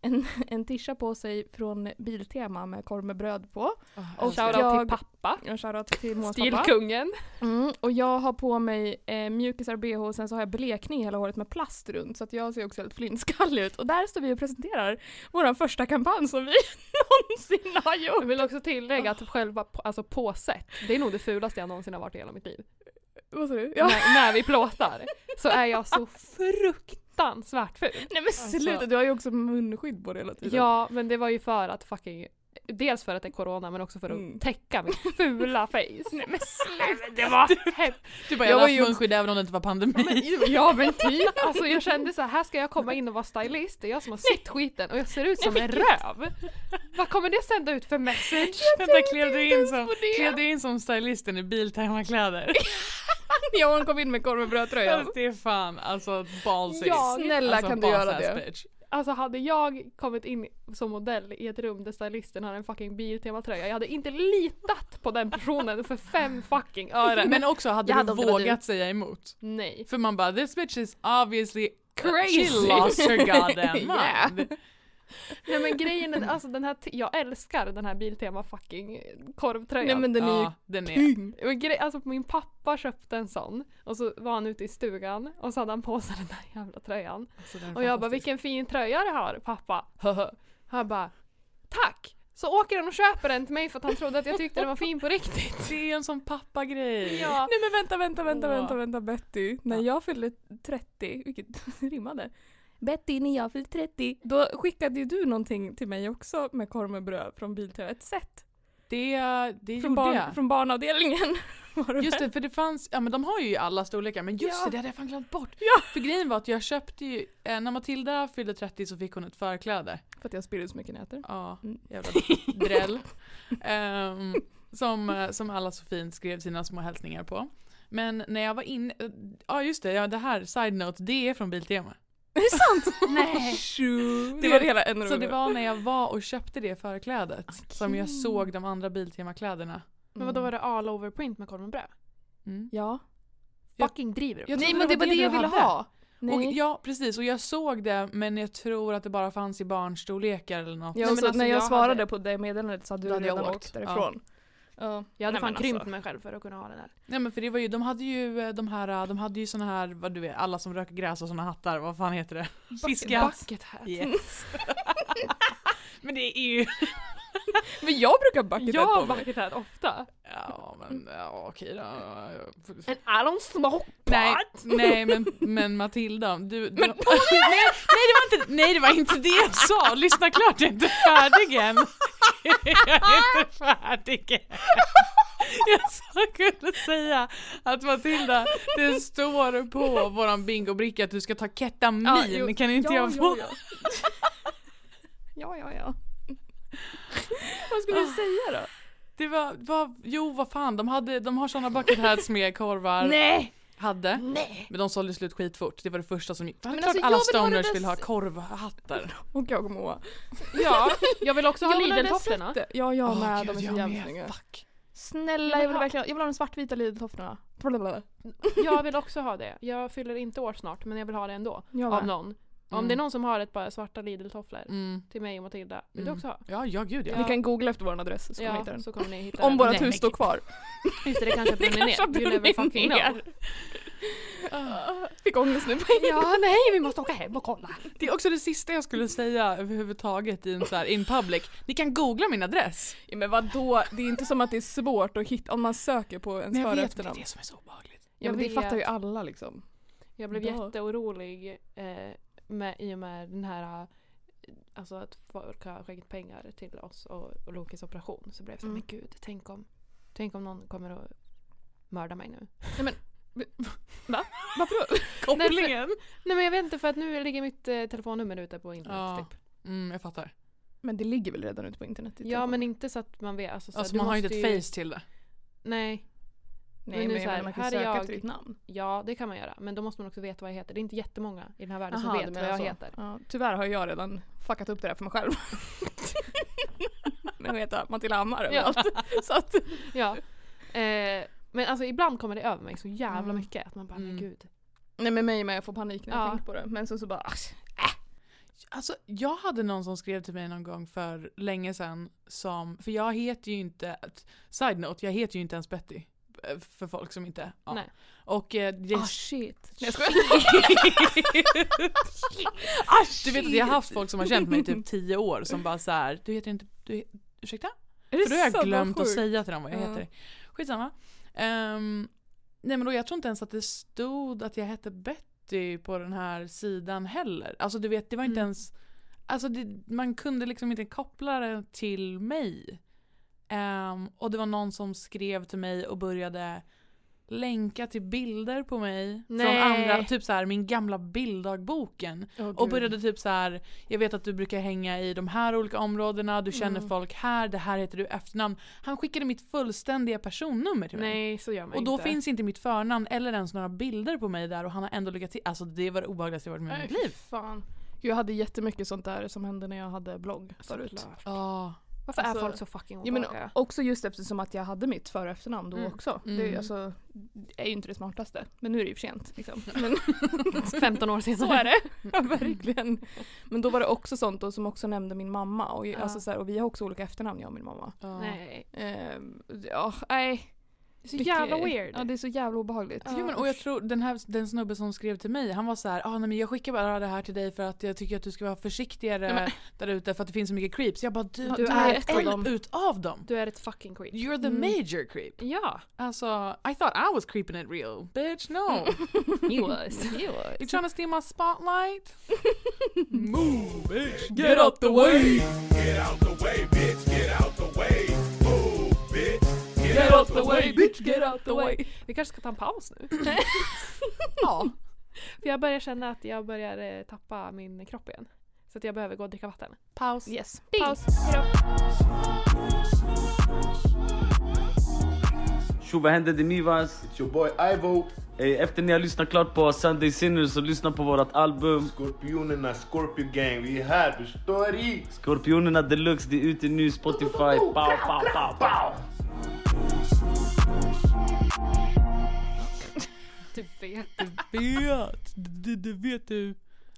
[SPEAKER 4] en, en tisha på sig från Biltema med korv med bröd på.
[SPEAKER 1] Oh,
[SPEAKER 4] Och
[SPEAKER 3] Shoutout
[SPEAKER 4] jag-
[SPEAKER 3] till pappa.
[SPEAKER 4] En shoutout till Moas pappa.
[SPEAKER 3] Stilkungen.
[SPEAKER 4] Mm, och jag har på mig eh, mjukisar bh och sen så har jag blekning i hela håret med plast runt så att jag ser också helt flintskallig ut. Och där står vi och presenterar vår första kampanj som vi någonsin har
[SPEAKER 3] Jag
[SPEAKER 4] gjort.
[SPEAKER 3] vill också tillägga
[SPEAKER 4] Ah.
[SPEAKER 3] att själva på- alltså påset, det är nog det fulaste jag någonsin har varit i hela mitt liv.
[SPEAKER 4] Vad sa du? Ja.
[SPEAKER 3] När, när vi plåtar så är jag så fruktansvärt ful.
[SPEAKER 4] Nej men sluta, du har ju också munskydd på dig hela tiden.
[SPEAKER 3] alltså- Ja, men det var ju för att fucking Dels för att det är corona men också för att
[SPEAKER 4] Mm.
[SPEAKER 3] täcka mitt fula face.
[SPEAKER 4] Nej men sluta! Det var hemskt.
[SPEAKER 1] Du bara,
[SPEAKER 4] Jag
[SPEAKER 1] jag
[SPEAKER 4] var
[SPEAKER 1] har
[SPEAKER 4] ju-
[SPEAKER 1] haft munskydd även om det inte var pandemi.
[SPEAKER 3] Ja men typ, alltså jag kände så här, här ska jag komma in och vara stylist, det är jag som har sytt skiten och jag ser ut som en röv. Vad kommer det sända ut för message?
[SPEAKER 1] Vänta, klev du, in som,
[SPEAKER 4] på det.
[SPEAKER 1] klev du in som stylisten i Biltema-kläder?
[SPEAKER 4] Ja hon kom in med korv och brödtröjan.
[SPEAKER 1] Alltså, det är fan alltså ballsy.
[SPEAKER 3] Ja,
[SPEAKER 4] snälla,
[SPEAKER 1] alltså,
[SPEAKER 4] kan du göra
[SPEAKER 1] boss ass
[SPEAKER 4] det?
[SPEAKER 1] Bitch.
[SPEAKER 3] Alltså hade jag kommit in som modell i ett rum där stylisten har en fucking Biltema-tröja, jag hade inte litat på den personen för fem fucking öre.
[SPEAKER 1] Men också, hade
[SPEAKER 4] Jag hade
[SPEAKER 1] du
[SPEAKER 4] om det var
[SPEAKER 1] vågat säga emot?
[SPEAKER 3] Nej.
[SPEAKER 1] För man bara, this bitch is obviously
[SPEAKER 4] Crazy.
[SPEAKER 1] She lost her goddamn mind.
[SPEAKER 4] Yeah.
[SPEAKER 3] Nej men grejen är, alltså den här, t- jag älskar den här Biltema fucking korvtröjan.
[SPEAKER 4] Nej men den är ju
[SPEAKER 1] Ja, den är
[SPEAKER 4] tung.
[SPEAKER 3] Och grej, alltså min pappa köpte en sån och så var han ute i stugan och så hade han på sig den där jävla tröjan.
[SPEAKER 1] alltså, den är
[SPEAKER 3] Och jag bara
[SPEAKER 1] fantastisk.
[SPEAKER 3] vilken fin tröja du har pappa. han bara tack! Så åker han och köper den till mig för att han trodde att jag tyckte den var fin på riktigt.
[SPEAKER 1] Det är en sån pappagrej.
[SPEAKER 3] Ja.
[SPEAKER 4] Nej men vänta, vänta, vänta,
[SPEAKER 1] Åh.
[SPEAKER 4] vänta, vänta Betty. När jag fyllde 30, vilket rimmade. Betty, när jag fyllde 30, då skickade ju du någonting till mig också med korv med bröd från Biltema. Ett set
[SPEAKER 1] Det, det
[SPEAKER 4] från,
[SPEAKER 1] gjorde
[SPEAKER 4] barn,
[SPEAKER 1] jag.
[SPEAKER 4] från barnavdelningen. Var det
[SPEAKER 1] Just
[SPEAKER 4] väl?
[SPEAKER 1] det, för det fanns, ja men de har ju i alla storlekar men just
[SPEAKER 4] Ja.
[SPEAKER 1] det, det hade jag fan glömt bort.
[SPEAKER 4] Ja.
[SPEAKER 1] För grejen var att jag köpte ju, eh, när Matilda fyllde 30 så fick hon ett förkläde.
[SPEAKER 4] För att jag spiller så mycket när jag äter.
[SPEAKER 1] Ja,
[SPEAKER 4] Mm.
[SPEAKER 1] jävla dräll. Ehm, som, eh, som alla så fint skrev sina små hälsningar på. Men när jag var inne, ja just det, ja, det här side-note, det är från Biltema.
[SPEAKER 4] Är det sant?
[SPEAKER 3] Nej.
[SPEAKER 4] Oh, Det var hela en
[SPEAKER 1] Så det
[SPEAKER 4] runda.
[SPEAKER 1] var när jag var och köpte det förklädet
[SPEAKER 4] Ah,
[SPEAKER 1] som jag såg de andra Biltema-kläderna.
[SPEAKER 3] Men
[SPEAKER 4] Mm.
[SPEAKER 3] vadå var det all over print med korv och bröd?
[SPEAKER 1] Mm.
[SPEAKER 4] Ja.
[SPEAKER 1] Jag-
[SPEAKER 3] Fucking driver du?
[SPEAKER 1] jag
[SPEAKER 4] Nej
[SPEAKER 1] trodde
[SPEAKER 4] men det var det
[SPEAKER 1] du
[SPEAKER 4] jag ville
[SPEAKER 1] hade.
[SPEAKER 4] ha.
[SPEAKER 1] Och,
[SPEAKER 4] Nej.
[SPEAKER 1] ja precis, och jag såg det men jag tror att det bara fanns i barnstorlekar eller något.
[SPEAKER 4] Ja,
[SPEAKER 3] Nej, men
[SPEAKER 4] så
[SPEAKER 3] alltså,
[SPEAKER 4] när jag,
[SPEAKER 3] jag
[SPEAKER 4] svarade
[SPEAKER 3] hade-
[SPEAKER 4] på det meddelandet så hade
[SPEAKER 1] Då
[SPEAKER 4] du
[SPEAKER 1] hade jag
[SPEAKER 4] redan åkt.
[SPEAKER 1] åkt.
[SPEAKER 4] därifrån. Ja.
[SPEAKER 3] Jag hade
[SPEAKER 4] Nej,
[SPEAKER 3] fan
[SPEAKER 4] men
[SPEAKER 3] krympt
[SPEAKER 4] alltså.
[SPEAKER 3] mig själv för att kunna ha den där.
[SPEAKER 1] Nej men för det var ju, de hade ju eh, de här, eh, de hade ju såna här, vad du vet, alla som röker gräs och såna hattar, vad fan heter det? Fiska.
[SPEAKER 3] Bucket hat.
[SPEAKER 1] Yes. men det är ju...
[SPEAKER 4] Men jag brukar bucket
[SPEAKER 3] Jag
[SPEAKER 4] hat på
[SPEAKER 3] har
[SPEAKER 4] mig.
[SPEAKER 3] bucket hat ofta.
[SPEAKER 1] Ja men ja, okej då.
[SPEAKER 3] And I don't smoke
[SPEAKER 1] Nej,
[SPEAKER 3] pot.
[SPEAKER 1] nej men, men Matilda, du... du nej, nej, det var inte, nej det var inte det jag sa, lyssna klart, jag är inte färdig än. Jag är inte färdig än. Jag sa kunde säga att Matilda, det står på våran bingobricka att du ska ta ketamin,
[SPEAKER 4] Ja, jo,
[SPEAKER 1] kan inte jag få?
[SPEAKER 4] Ja, ja, ja. ja. Vad skulle du säga då?
[SPEAKER 1] Det var, var, jo vad fan, de, hade, de har såna bucket hats med korvar,
[SPEAKER 4] Nej!
[SPEAKER 1] hade.
[SPEAKER 4] Nej! Men
[SPEAKER 1] Men de sålde slut skitfort, det var det första som gick. Det är
[SPEAKER 4] Men
[SPEAKER 1] klart
[SPEAKER 4] alltså,
[SPEAKER 1] alla
[SPEAKER 4] jag vill ha det
[SPEAKER 1] stoners
[SPEAKER 4] där
[SPEAKER 1] vill ha
[SPEAKER 4] s-
[SPEAKER 1] korvhattar.
[SPEAKER 4] Och jag och Moa.
[SPEAKER 3] Ja, jag vill också ha
[SPEAKER 4] Jag vill ha det
[SPEAKER 3] Lidl-tofflorna.
[SPEAKER 4] sättet. Ja, jag
[SPEAKER 1] Åh,
[SPEAKER 4] med.
[SPEAKER 1] gud,
[SPEAKER 4] de är
[SPEAKER 1] jag
[SPEAKER 4] så jävla
[SPEAKER 1] med.
[SPEAKER 4] snygga.
[SPEAKER 1] Fuck.
[SPEAKER 4] Snälla,
[SPEAKER 3] Jag
[SPEAKER 4] jag
[SPEAKER 3] vill
[SPEAKER 4] vill
[SPEAKER 3] ha-
[SPEAKER 4] verkligen jag vill ha de svartvita Lidl-tofflorna. Blablabla.
[SPEAKER 3] Jag vill också ha det. Jag fyller inte år snart men jag vill ha det ändå.
[SPEAKER 4] Jag
[SPEAKER 3] Av
[SPEAKER 4] med.
[SPEAKER 3] någon. Om
[SPEAKER 4] Mm.
[SPEAKER 3] det är någon som har ett par svarta Lidl-tofflor
[SPEAKER 1] Mm.
[SPEAKER 3] till mig och Matilda, vill du
[SPEAKER 1] Mm.
[SPEAKER 3] också ha?
[SPEAKER 1] Ja, ja gud ja.
[SPEAKER 4] Ni kan googla efter vår adress så kommer ni
[SPEAKER 3] ja,
[SPEAKER 4] hitta den.
[SPEAKER 3] så kommer ni hitta
[SPEAKER 4] Om
[SPEAKER 3] den.
[SPEAKER 4] vårt
[SPEAKER 1] Nej,
[SPEAKER 4] hus
[SPEAKER 1] men
[SPEAKER 4] står
[SPEAKER 1] gud.
[SPEAKER 4] kvar.
[SPEAKER 3] Just det, det kanske brinner ner.
[SPEAKER 4] kanske
[SPEAKER 3] You never
[SPEAKER 4] brinner
[SPEAKER 3] fucking know.
[SPEAKER 4] ner. Fick ångest nu.
[SPEAKER 3] Ja, nej vi måste åka hem och kolla.
[SPEAKER 1] Det är också det sista jag skulle säga överhuvudtaget i en så här in public. Ni kan googla min adress.
[SPEAKER 4] Ja, men vadå, det är inte som att det är svårt att hitta om man söker på ens
[SPEAKER 1] Men jag
[SPEAKER 4] för och
[SPEAKER 1] vet, men det
[SPEAKER 4] efternamn.
[SPEAKER 1] är det som är så obehagligt.
[SPEAKER 4] Ja, men det
[SPEAKER 3] Jag vet.
[SPEAKER 4] fattar ju alla liksom.
[SPEAKER 3] Jag blev
[SPEAKER 4] Bra.
[SPEAKER 3] jätteorolig eh, med, i och med den här eh, Alltså att folk har skickat pengar till oss och, och Lokis operation. Så blev jag såhär,
[SPEAKER 4] Mm.
[SPEAKER 3] men gud tänk om, tänk om någon kommer att mörda mig nu.
[SPEAKER 4] Varför då?
[SPEAKER 3] Kopplingen? Nej men jag vet inte för att nu ligger mitt eh, telefonnummer ute på internet
[SPEAKER 1] Ja.
[SPEAKER 3] typ.
[SPEAKER 1] Mm, jag fattar.
[SPEAKER 4] Men det ligger väl redan ute på internet? i typ-
[SPEAKER 3] Ja
[SPEAKER 4] telefonen?
[SPEAKER 3] men inte så att man vet. Alltså, så
[SPEAKER 1] typ- Alltså,
[SPEAKER 3] här, du
[SPEAKER 1] man har ju
[SPEAKER 3] måste
[SPEAKER 1] inte ett face till det.
[SPEAKER 3] Nej,
[SPEAKER 4] Nej,
[SPEAKER 3] men
[SPEAKER 4] men,
[SPEAKER 3] nu
[SPEAKER 4] jag
[SPEAKER 3] så här,
[SPEAKER 4] menar, man kan
[SPEAKER 3] här
[SPEAKER 4] ju
[SPEAKER 3] är
[SPEAKER 4] söka
[SPEAKER 3] jag.
[SPEAKER 4] efter ditt namn.
[SPEAKER 3] ja det kan man göra. Men då måste man också veta vad jag heter. Det är inte jättemånga i den här världen
[SPEAKER 4] Aha,
[SPEAKER 3] som
[SPEAKER 4] du
[SPEAKER 3] vet vad
[SPEAKER 4] menar
[SPEAKER 3] jag
[SPEAKER 4] så.
[SPEAKER 3] heter.
[SPEAKER 4] Ja, tyvärr har jag redan fuckat upp det där för mig själv. Nu heter jag Matilda Hammar överallt. Så att,
[SPEAKER 3] Ja. Eh, men alltså ibland kommer det över mig så jävla
[SPEAKER 4] Mm.
[SPEAKER 3] mycket att man bara, men
[SPEAKER 1] Mm.
[SPEAKER 3] gud.
[SPEAKER 4] nej men mig med, jag får panik när jag
[SPEAKER 3] Ja.
[SPEAKER 4] tänker på det. Men sen så bara, "Ah, asch,
[SPEAKER 1] Alltså, jag hade någon som skrev till mig någon gång för länge sedan som, för jag heter ju inte, side note, jag heter ju inte ens Betty. eh, För folk som inte, ja.
[SPEAKER 3] Nej.
[SPEAKER 1] Och eh, det,
[SPEAKER 4] ah shit. Nej jag skojar.
[SPEAKER 3] Ah,
[SPEAKER 1] du vet att jag har haft folk som har känt mig i typ tio år som bara så här, du heter inte, du, he- ursäkta?
[SPEAKER 4] Är det
[SPEAKER 1] För då har
[SPEAKER 4] så?
[SPEAKER 1] jag
[SPEAKER 4] Vad
[SPEAKER 1] glömt att
[SPEAKER 4] sjukt.
[SPEAKER 1] säga till dem vad jag
[SPEAKER 4] Ja.
[SPEAKER 1] heter. Skitsamma. Um, nej men då jag tror inte ens att det stod att jag hette Betty på den här sidan heller. Alltså du vet, det var inte
[SPEAKER 3] Mm.
[SPEAKER 1] ens... Alltså det, man kunde liksom inte koppla det till mig. Ehm, och det var någon som skrev till mig och började länka till bilder på mig.
[SPEAKER 3] Nej.
[SPEAKER 1] Från andra, typ så här min gamla bilddagboken. Och började typ så här. jag vet att du brukar hänga i de här olika områdena, du känner
[SPEAKER 4] Mm.
[SPEAKER 1] folk här, det här heter du efternamn. Han skickade mitt fullständiga personnummer till mig.
[SPEAKER 3] Nej så gör man
[SPEAKER 1] och då
[SPEAKER 3] inte.
[SPEAKER 1] finns inte mitt förnamn eller ens några bilder på mig där och han har ändå lyckats till. Alltså det var det obehagligaste jag varit med om i
[SPEAKER 4] Nej,
[SPEAKER 1] mitt
[SPEAKER 4] fy
[SPEAKER 1] liv.
[SPEAKER 4] fan. Gud, jag hade jättemycket sånt där som hände när jag hade blogg förut.
[SPEAKER 3] Såklart.
[SPEAKER 1] Ja.
[SPEAKER 3] Varför
[SPEAKER 4] Alltså,
[SPEAKER 3] är folk så fucking
[SPEAKER 4] Ja, men
[SPEAKER 3] obehagliga?
[SPEAKER 4] också just eftersom att jag hade mitt för och efternamn då
[SPEAKER 3] Mm.
[SPEAKER 4] också. Det är, ju
[SPEAKER 1] Mm.
[SPEAKER 4] alltså, det är ju inte det smartaste. Men nu är det ju för sent. Liksom. Men
[SPEAKER 3] 15 år senare.
[SPEAKER 4] så är det. Ja, verkligen. Men då var det också sånt då, som också nämnde min mamma. Och, ju-
[SPEAKER 3] Ja.
[SPEAKER 4] alltså, så här, och vi har också olika efternamn jag och min mamma.
[SPEAKER 1] ja.
[SPEAKER 3] Nej.
[SPEAKER 4] Ehm, ja, nej.
[SPEAKER 3] Det är så jävla weird.
[SPEAKER 4] Ja, det är så jävla obehagligt.
[SPEAKER 1] Jo, men, och jag tror den här den snubben som skrev till mig, han var så här, ah, nej, men jag skickar bara det här till dig för att jag tycker att du ska vara
[SPEAKER 4] Nej,
[SPEAKER 1] försiktigare
[SPEAKER 4] men-
[SPEAKER 1] där ute för att det finns så mycket creeps. Jag bara du,
[SPEAKER 3] Ja,
[SPEAKER 1] du är ett av dem. Utav dem.
[SPEAKER 3] Du är ett fucking creep.
[SPEAKER 1] You're the
[SPEAKER 4] Mm.
[SPEAKER 1] major creep.
[SPEAKER 3] Ja.
[SPEAKER 1] Alltså, I thought I was creeping it real. Bitch, no.
[SPEAKER 3] You was.
[SPEAKER 1] You trying to steal my spotlight? Move, bitch.
[SPEAKER 4] Get out the way!
[SPEAKER 5] Get out the way, bitch. Get out the way. Move, bitch.
[SPEAKER 4] Get out the way bitch! Get out the way!
[SPEAKER 3] Vi kanske ska ta en paus nu.
[SPEAKER 1] Ja.
[SPEAKER 3] För jag börjar känna att jag börjar eh, tappa min kropp igen. Så att jag behöver gå och dricka vatten.
[SPEAKER 1] Paus.
[SPEAKER 4] Yes.
[SPEAKER 3] Paus. Hejdå.
[SPEAKER 6] Tjo, vad händer? Det är Nivas.
[SPEAKER 7] It's your boy Ivo,
[SPEAKER 6] Eh, Efter ni har lyssnat klart på Sunday Sinners så lyssna på vårt album
[SPEAKER 7] Skorpionerna, Scorpio Gang. Vi är här, förstår ni?
[SPEAKER 6] Skorpionerna Deluxe. Det är ute nu, Spotify. Pow, pow, pow, pow.
[SPEAKER 3] Du vet.
[SPEAKER 1] Vet, det, det vet du.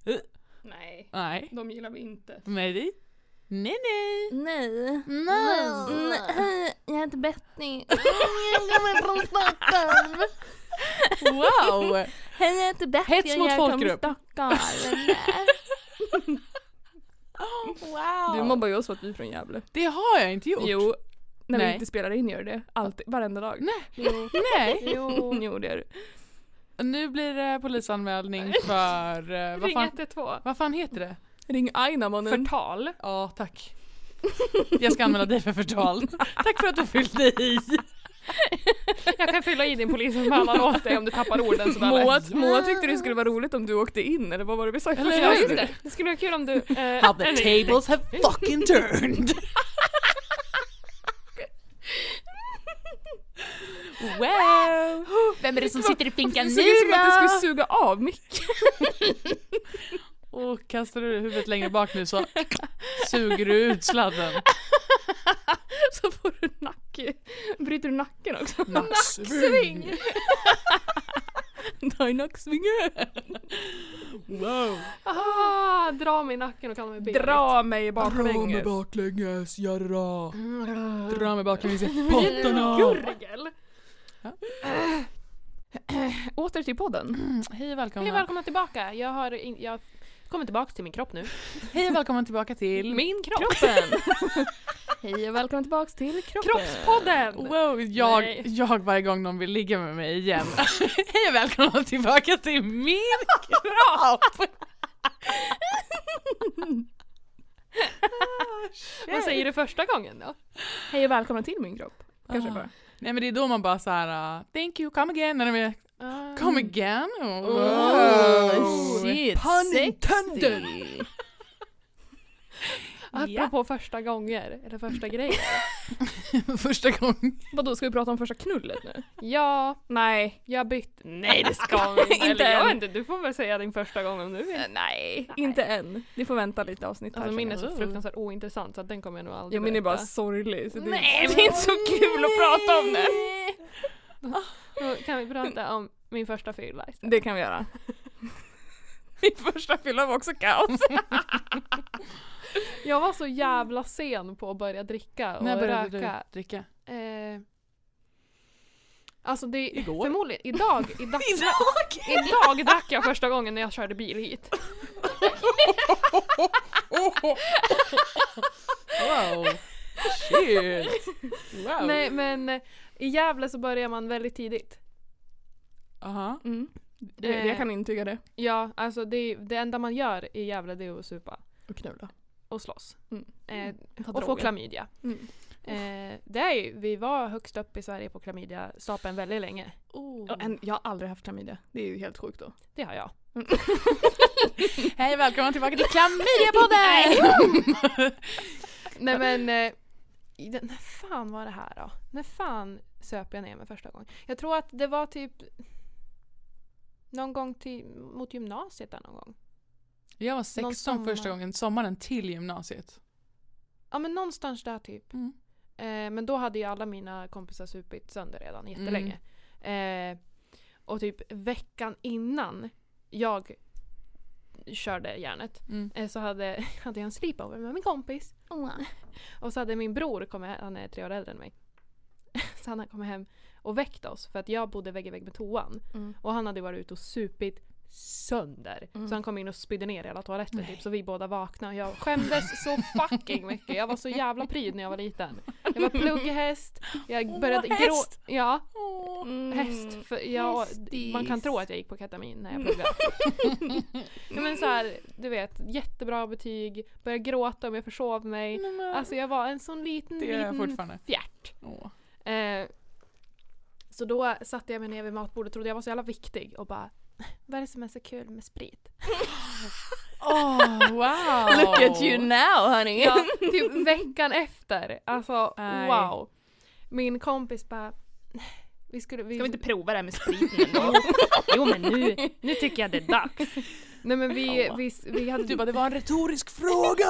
[SPEAKER 1] Eh?
[SPEAKER 3] Nej,
[SPEAKER 1] Nej.
[SPEAKER 3] de gillar vi inte.
[SPEAKER 1] Nej. Nej, nej.
[SPEAKER 4] Nej.
[SPEAKER 1] Nej.
[SPEAKER 4] Hej, jag heter Betty.
[SPEAKER 1] Wow.
[SPEAKER 4] Hej, jag heter Betty.
[SPEAKER 1] Hets mot
[SPEAKER 4] jag kommer
[SPEAKER 1] folkgrupp.
[SPEAKER 4] från Stockholm.
[SPEAKER 1] wow.
[SPEAKER 4] Du mobbar ju oss för att vi är från Gävle.
[SPEAKER 1] Det har jag inte gjort.
[SPEAKER 4] Jo. När
[SPEAKER 1] Nej.
[SPEAKER 4] vi inte spelar in gör du det. Alltid, varenda dag.
[SPEAKER 1] Nej.
[SPEAKER 4] Jo.
[SPEAKER 1] Nej.
[SPEAKER 4] Jo. jo det gör du.
[SPEAKER 1] Nu blir det polisanmälning för... eh, Vad
[SPEAKER 3] Ring
[SPEAKER 1] fan,
[SPEAKER 3] 112.
[SPEAKER 1] vad fan heter det?
[SPEAKER 4] Ring Aina mannen.
[SPEAKER 3] Förtal.
[SPEAKER 1] Ja, tack. Jag ska anmäla dig för förtal. Tack för att du fyllde i.
[SPEAKER 3] Jag kan fylla i din polisanmälan åt dig om du tappar orden sådär.
[SPEAKER 4] Moa, Moa tyckte det skulle vara roligt om du åkte in eller vad var det vi sa? i
[SPEAKER 1] Eller
[SPEAKER 4] första
[SPEAKER 1] hur?
[SPEAKER 3] Ja just
[SPEAKER 4] avsnittet?
[SPEAKER 3] det, det skulle vara kul om du... eh,
[SPEAKER 1] How the tables have fucking turned. Wow! Vem är det som sitter i finkan
[SPEAKER 4] Det såg ut som att du skulle suga av micken.
[SPEAKER 1] Och kastar du huvudet längre bak nu så suger du ut sladden.
[SPEAKER 4] Så får du nacke. Bryter du nacken också?
[SPEAKER 1] Nacksving!
[SPEAKER 4] Ta i nacksvingen.
[SPEAKER 1] Wow!
[SPEAKER 3] Ah, dra mig i nacken och kalla mig Berit.
[SPEAKER 4] Dra mig
[SPEAKER 1] mig
[SPEAKER 4] baklänges.
[SPEAKER 1] baklänges, jadå! Dra mig baklänges i pottarna!
[SPEAKER 3] Gurgel!
[SPEAKER 4] Åter till podden.
[SPEAKER 1] Hej och
[SPEAKER 3] Hej
[SPEAKER 1] välkomna!
[SPEAKER 3] välkomna tillbaka. Jag har in, jag kommer tillbaka till min kropp nu.
[SPEAKER 1] Hej och välkomna tillbaka till
[SPEAKER 3] Min kropp.
[SPEAKER 4] Kroppen. Hej och välkommen tillbaks till kroppen.
[SPEAKER 3] Kroppspodden!
[SPEAKER 1] Wow, jag,
[SPEAKER 3] Nej.
[SPEAKER 1] jag varje gång någon vill ligga med mig igen. Hej och välkomna tillbaka till min kropp!
[SPEAKER 3] Vad säger du första gången då?
[SPEAKER 4] Hej och välkomna till min kropp. Kanske
[SPEAKER 1] Ah.
[SPEAKER 4] bara.
[SPEAKER 1] Nej men det är då man bara så här: uh, thank you, come again, när de är come again. Oh,
[SPEAKER 4] shit,
[SPEAKER 1] Pun intended.
[SPEAKER 4] sexy.
[SPEAKER 3] Apropå första gånger, eller första grejer.
[SPEAKER 1] Första gången.
[SPEAKER 4] Vadå, ska vi prata om första knullet nu?
[SPEAKER 3] Ja,
[SPEAKER 4] Nej.
[SPEAKER 3] jag bytt. Nej det ska vi inte.
[SPEAKER 4] Inte
[SPEAKER 3] Eller jag
[SPEAKER 4] än.
[SPEAKER 3] vet inte, du får väl säga din första gång om du vill.
[SPEAKER 4] Nej, inte än. Ni får vänta lite avsnitt här.
[SPEAKER 3] Alltså min är så
[SPEAKER 1] Oh.
[SPEAKER 3] fruktansvärt ointressant så att den kommer jag nog aldrig
[SPEAKER 4] Jag min är bara
[SPEAKER 3] berätta.
[SPEAKER 4] sorglig. Så det
[SPEAKER 3] Nej, det är inte så kul att prata om det. Då kan vi prata om min första fylla istället.
[SPEAKER 4] Det kan vi göra. Min första fylla var också kaos.
[SPEAKER 3] Jag var så jävla sen på att börja dricka och
[SPEAKER 1] När började
[SPEAKER 3] röka.
[SPEAKER 1] du dricka?
[SPEAKER 3] Eh, alltså det,
[SPEAKER 1] Igår?
[SPEAKER 3] förmodligen, idag, idag, idag. drack jag första gången när jag körde bil hit.
[SPEAKER 1] Wow. Shit. Wow.
[SPEAKER 3] Nej men eh, i Gävle så börjar man väldigt tidigt.
[SPEAKER 1] Aha.
[SPEAKER 4] Mm. Det, jag kan intyga det.
[SPEAKER 3] Ja, alltså det, det enda man gör i Gävle det är att supa
[SPEAKER 4] Och knulla.
[SPEAKER 3] och slåss.
[SPEAKER 4] Mm.
[SPEAKER 3] Eh,
[SPEAKER 4] Ta
[SPEAKER 3] och få
[SPEAKER 4] droger.
[SPEAKER 3] klamydia.
[SPEAKER 4] Mm.
[SPEAKER 3] Eh, det är ju, vi var högst upp i Sverige på klamydiastapeln väldigt länge.
[SPEAKER 4] Och en, jag har aldrig haft klamydia. Det är ju helt sjukt då.
[SPEAKER 3] Det har jag.
[SPEAKER 1] Hej och välkomna tillbaka till Klamydiapodden!
[SPEAKER 3] Nej men, eh, i den- när fan var det här då? När fan söp jag ner mig första gången? Jag tror att det var typ någon gång till, mot gymnasiet där någon gång.
[SPEAKER 1] Jag var
[SPEAKER 3] Någon
[SPEAKER 1] 16
[SPEAKER 3] sommar.
[SPEAKER 1] första gången, sommaren till gymnasiet.
[SPEAKER 3] Ja men någonstans där typ.
[SPEAKER 1] Mm.
[SPEAKER 3] Eh, men då hade ju alla mina kompisar supit sönder redan jättelänge. Eh, och typ veckan innan jag körde järnet
[SPEAKER 1] Mm.
[SPEAKER 3] eh, så hade, hade jag en sleepover med min kompis. Och så hade min bror, kom he- han är tre år äldre än mig, så han kom hem och väckte oss för att jag bodde vägg i vägg med toan.
[SPEAKER 4] Mm.
[SPEAKER 3] Och han hade varit ute och supit sönder. Så han kom in och spydde ner hela toaletten typ, så vi båda vaknade och jag skämdes så fucking mycket. Jag var så jävla pryd när jag var liten. Jag var plugghäst, jag började grå...
[SPEAKER 1] häst!
[SPEAKER 3] Ja,
[SPEAKER 4] Mm.
[SPEAKER 3] häst. För jag,
[SPEAKER 4] hästis.
[SPEAKER 3] man kan tro att jag gick på ketamin när jag pluggade. Nej, men så här, du vet, jättebra betyg, började gråta om jag försov mig. Alltså jag var en sån liten,
[SPEAKER 1] Det är jag
[SPEAKER 3] liten
[SPEAKER 1] fortfarande.
[SPEAKER 3] fjärt.
[SPEAKER 1] Åh.
[SPEAKER 3] Eh, så då satte jag mig ner vid matbordet och trodde jag var så jävla viktig och bara Vad är det som är så kul med sprit?
[SPEAKER 1] Åh, wow!
[SPEAKER 4] Look at you now honey.
[SPEAKER 3] Ja, typ veckan efter. Alltså
[SPEAKER 1] Nej.
[SPEAKER 3] wow. Min kompis bara Vi skulle, vi,
[SPEAKER 8] Ska vi inte prova det här med spriten då? Jo men nu, nu tycker jag det är dags.
[SPEAKER 3] Nej men vi, vi, vi hade
[SPEAKER 1] Du bara, det var en retorisk fråga!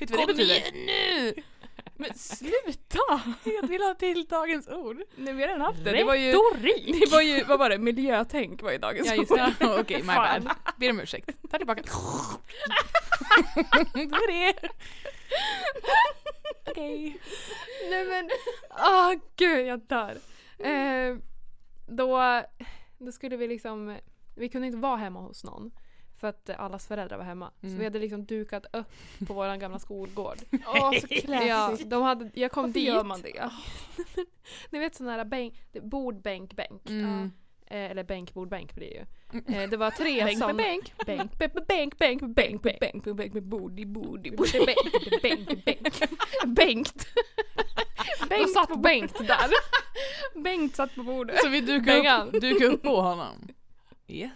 [SPEAKER 1] Vet du vad det betyder?
[SPEAKER 4] nu! Men sluta!
[SPEAKER 1] Jag vill ha till dagens ord.
[SPEAKER 4] Nej, vi har redan haft det. Det var ju,
[SPEAKER 8] Retorik!
[SPEAKER 4] det var ju vad var det, miljötänk var ju dagens
[SPEAKER 1] Ja just
[SPEAKER 4] ord.
[SPEAKER 1] det, okej my
[SPEAKER 8] Fan.
[SPEAKER 1] bad. Ber om ursäkt. Ta tillbaka. det var det. Okej.
[SPEAKER 3] Nej men, åh Ah, gud jag dör. Eh, då, då skulle vi liksom, vi kunde inte vara hemma hos någon. För att eh, allas föräldrar var hemma. Så
[SPEAKER 1] Mm.
[SPEAKER 3] vi hade liksom dukat upp på vår gamla skolgård.
[SPEAKER 4] Åh så klassiskt.
[SPEAKER 3] ja, de hade, jag kom
[SPEAKER 4] Varför
[SPEAKER 3] dit.
[SPEAKER 4] gör man det?
[SPEAKER 3] Ni vet sådana här bänk, bord, bänk, bänk.
[SPEAKER 1] Mm.
[SPEAKER 3] Eh, eller bänk, bord, bänk blir det ju. Eh, det var tre sådana.
[SPEAKER 4] Mm. bänk,
[SPEAKER 3] bänk, bänk, bänk, bänk, bänk, bänk, bänk.
[SPEAKER 4] bänk, bänk, bänk, bodi, bodi, bodi.
[SPEAKER 3] Bänk, bänk, bänk, bänk. Bänkt. Då satt Bengt där. Bengt satt på bordet.
[SPEAKER 1] Så vi dukar
[SPEAKER 3] Bengan.
[SPEAKER 1] upp, dukar upp på honom. Yes.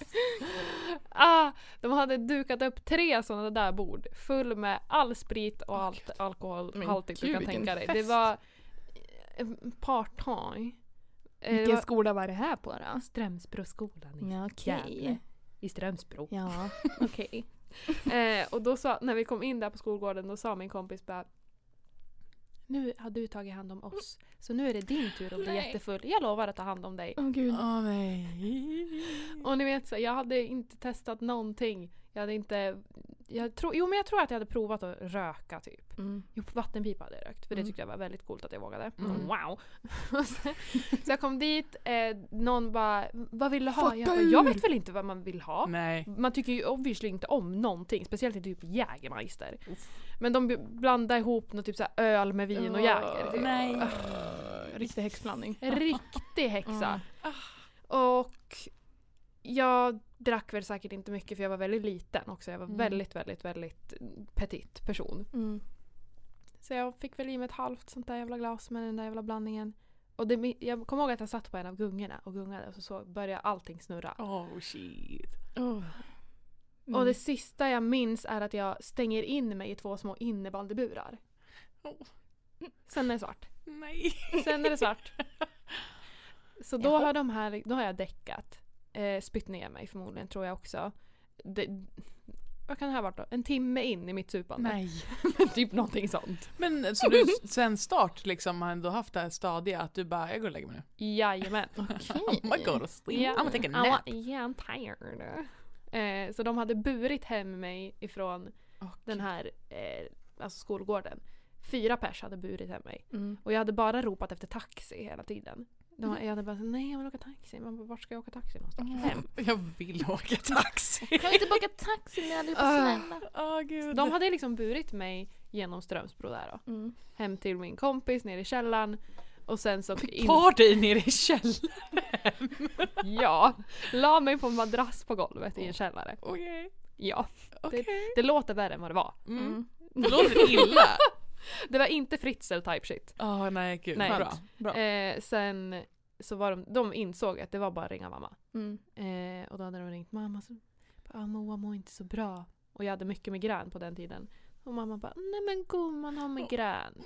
[SPEAKER 3] Ah, de hade dukat upp tre sådana där bord full med all sprit och allt alkoholhaltigt du
[SPEAKER 4] gud,
[SPEAKER 3] kan
[SPEAKER 4] vilken
[SPEAKER 3] tänka dig. Det
[SPEAKER 4] fest.
[SPEAKER 3] var eh, party. Eh, det
[SPEAKER 4] Vilken
[SPEAKER 3] var-
[SPEAKER 4] skola var det här på då?
[SPEAKER 8] Strömsbroskolan i,
[SPEAKER 4] Ja
[SPEAKER 8] okej. i Strömsbro.
[SPEAKER 4] Ja.
[SPEAKER 3] Okej. eh, och då sa, när vi kom in där på skolgården, då sa min kompis bara Nu har du tagit hand om oss, så nu är det din tur att bli
[SPEAKER 4] Nej.
[SPEAKER 3] jättefull. Jag lovar att ta hand om dig.
[SPEAKER 4] Åh gud.
[SPEAKER 1] Åh nej.
[SPEAKER 4] Mm.
[SPEAKER 3] Och ni vet, så, jag hade inte testat någonting. Jag hade inte... Jag tror, jo men jag tror att jag hade provat att röka typ.
[SPEAKER 4] Mm.
[SPEAKER 3] Jo, på vattenpipa hade jag rökt. För
[SPEAKER 1] Mm.
[SPEAKER 3] det tyckte jag var väldigt coolt att jag vågade.
[SPEAKER 1] Mm.
[SPEAKER 3] Wow! så jag kom dit, eh, någon bara “Vad vill du ha?” jag, bara,
[SPEAKER 4] Fattar
[SPEAKER 3] “Jag
[SPEAKER 4] du?"
[SPEAKER 3] vet väl inte vad man vill ha?”
[SPEAKER 1] Nej.
[SPEAKER 3] Man tycker ju obviously inte om någonting, speciellt inte typ Jägermeister. Men de b- blandar ihop något typ så här öl med vin och Jäger. typ.
[SPEAKER 1] Nej.
[SPEAKER 4] Riktig häxblandning.
[SPEAKER 3] En Riktig häxa.
[SPEAKER 1] Mm.
[SPEAKER 3] Och jag drack väl säkert inte mycket för jag var väldigt liten också. Jag var
[SPEAKER 4] Mm.
[SPEAKER 3] väldigt, väldigt, väldigt petit person.
[SPEAKER 4] Mm.
[SPEAKER 3] Så jag fick väl i mig ett halvt sånt där jävla glas med den där jävla blandningen. Och det, jag kommer ihåg att jag satt på en av gungorna och gungade och så, så började allting snurra.
[SPEAKER 1] Oh shit.
[SPEAKER 3] Och det sista jag minns är att jag stänger in mig i två små innebandyburar.
[SPEAKER 1] Oh.
[SPEAKER 3] Sen är det svart.
[SPEAKER 1] Nej.
[SPEAKER 3] Sen är det svart. Så då har, de här, då har jag däckat. Eh, spytt ner mig förmodligen tror jag också. Det, vad kan det här varit då? En timme in i mitt supande. typ någonting sånt.
[SPEAKER 1] Men eh, så du sen start liksom har ändå haft det här stadiga att du bara, jag går och lägger mig nu.
[SPEAKER 3] Jajamän.
[SPEAKER 1] I'm gonna go to sleep.
[SPEAKER 3] Yeah.
[SPEAKER 1] I'm gonna take a
[SPEAKER 3] I
[SPEAKER 1] nap.
[SPEAKER 3] want- yeah, I'm tired. Eh, så de hade burit hem mig ifrån den här eh, alltså skolgården. Fyra pers hade burit hem mig.
[SPEAKER 4] Mm.
[SPEAKER 3] Och jag hade bara ropat efter taxi hela tiden. De,
[SPEAKER 1] Mm.
[SPEAKER 3] jag hade bara nej jag vill åka taxi. Man bara, vart ska jag åka taxi någonstans? Hem.
[SPEAKER 1] Jag vill åka taxi.
[SPEAKER 4] Kan vi inte boka taxi med allihopa
[SPEAKER 3] Ah.
[SPEAKER 1] Åh gud.
[SPEAKER 3] De hade liksom burit mig genom Strömsbro där då.
[SPEAKER 4] Mm.
[SPEAKER 3] Hem till min kompis ner i källaren. Och sen så... in-
[SPEAKER 1] Party nere i källaren.
[SPEAKER 3] ja. La mig på en madrass på golvet i en källare.
[SPEAKER 1] Okej.
[SPEAKER 3] Ja.
[SPEAKER 1] Okej.
[SPEAKER 3] Det låter värre än vad det var.
[SPEAKER 1] Mm. Det låter illa.
[SPEAKER 3] Det var inte fritzel type shit.
[SPEAKER 1] Åh nej gud.
[SPEAKER 3] Nej.
[SPEAKER 1] Bra. Bra.
[SPEAKER 3] Eh, sen så var de, de insåg att det var bara att ringa mamma.
[SPEAKER 4] Mm.
[SPEAKER 3] Eh, och då hade de ringt mamma. Så, ah, Moa mår inte så bra. Och jag hade mycket migrän på den tiden. Och mamma bara, nej men gumman har migrän.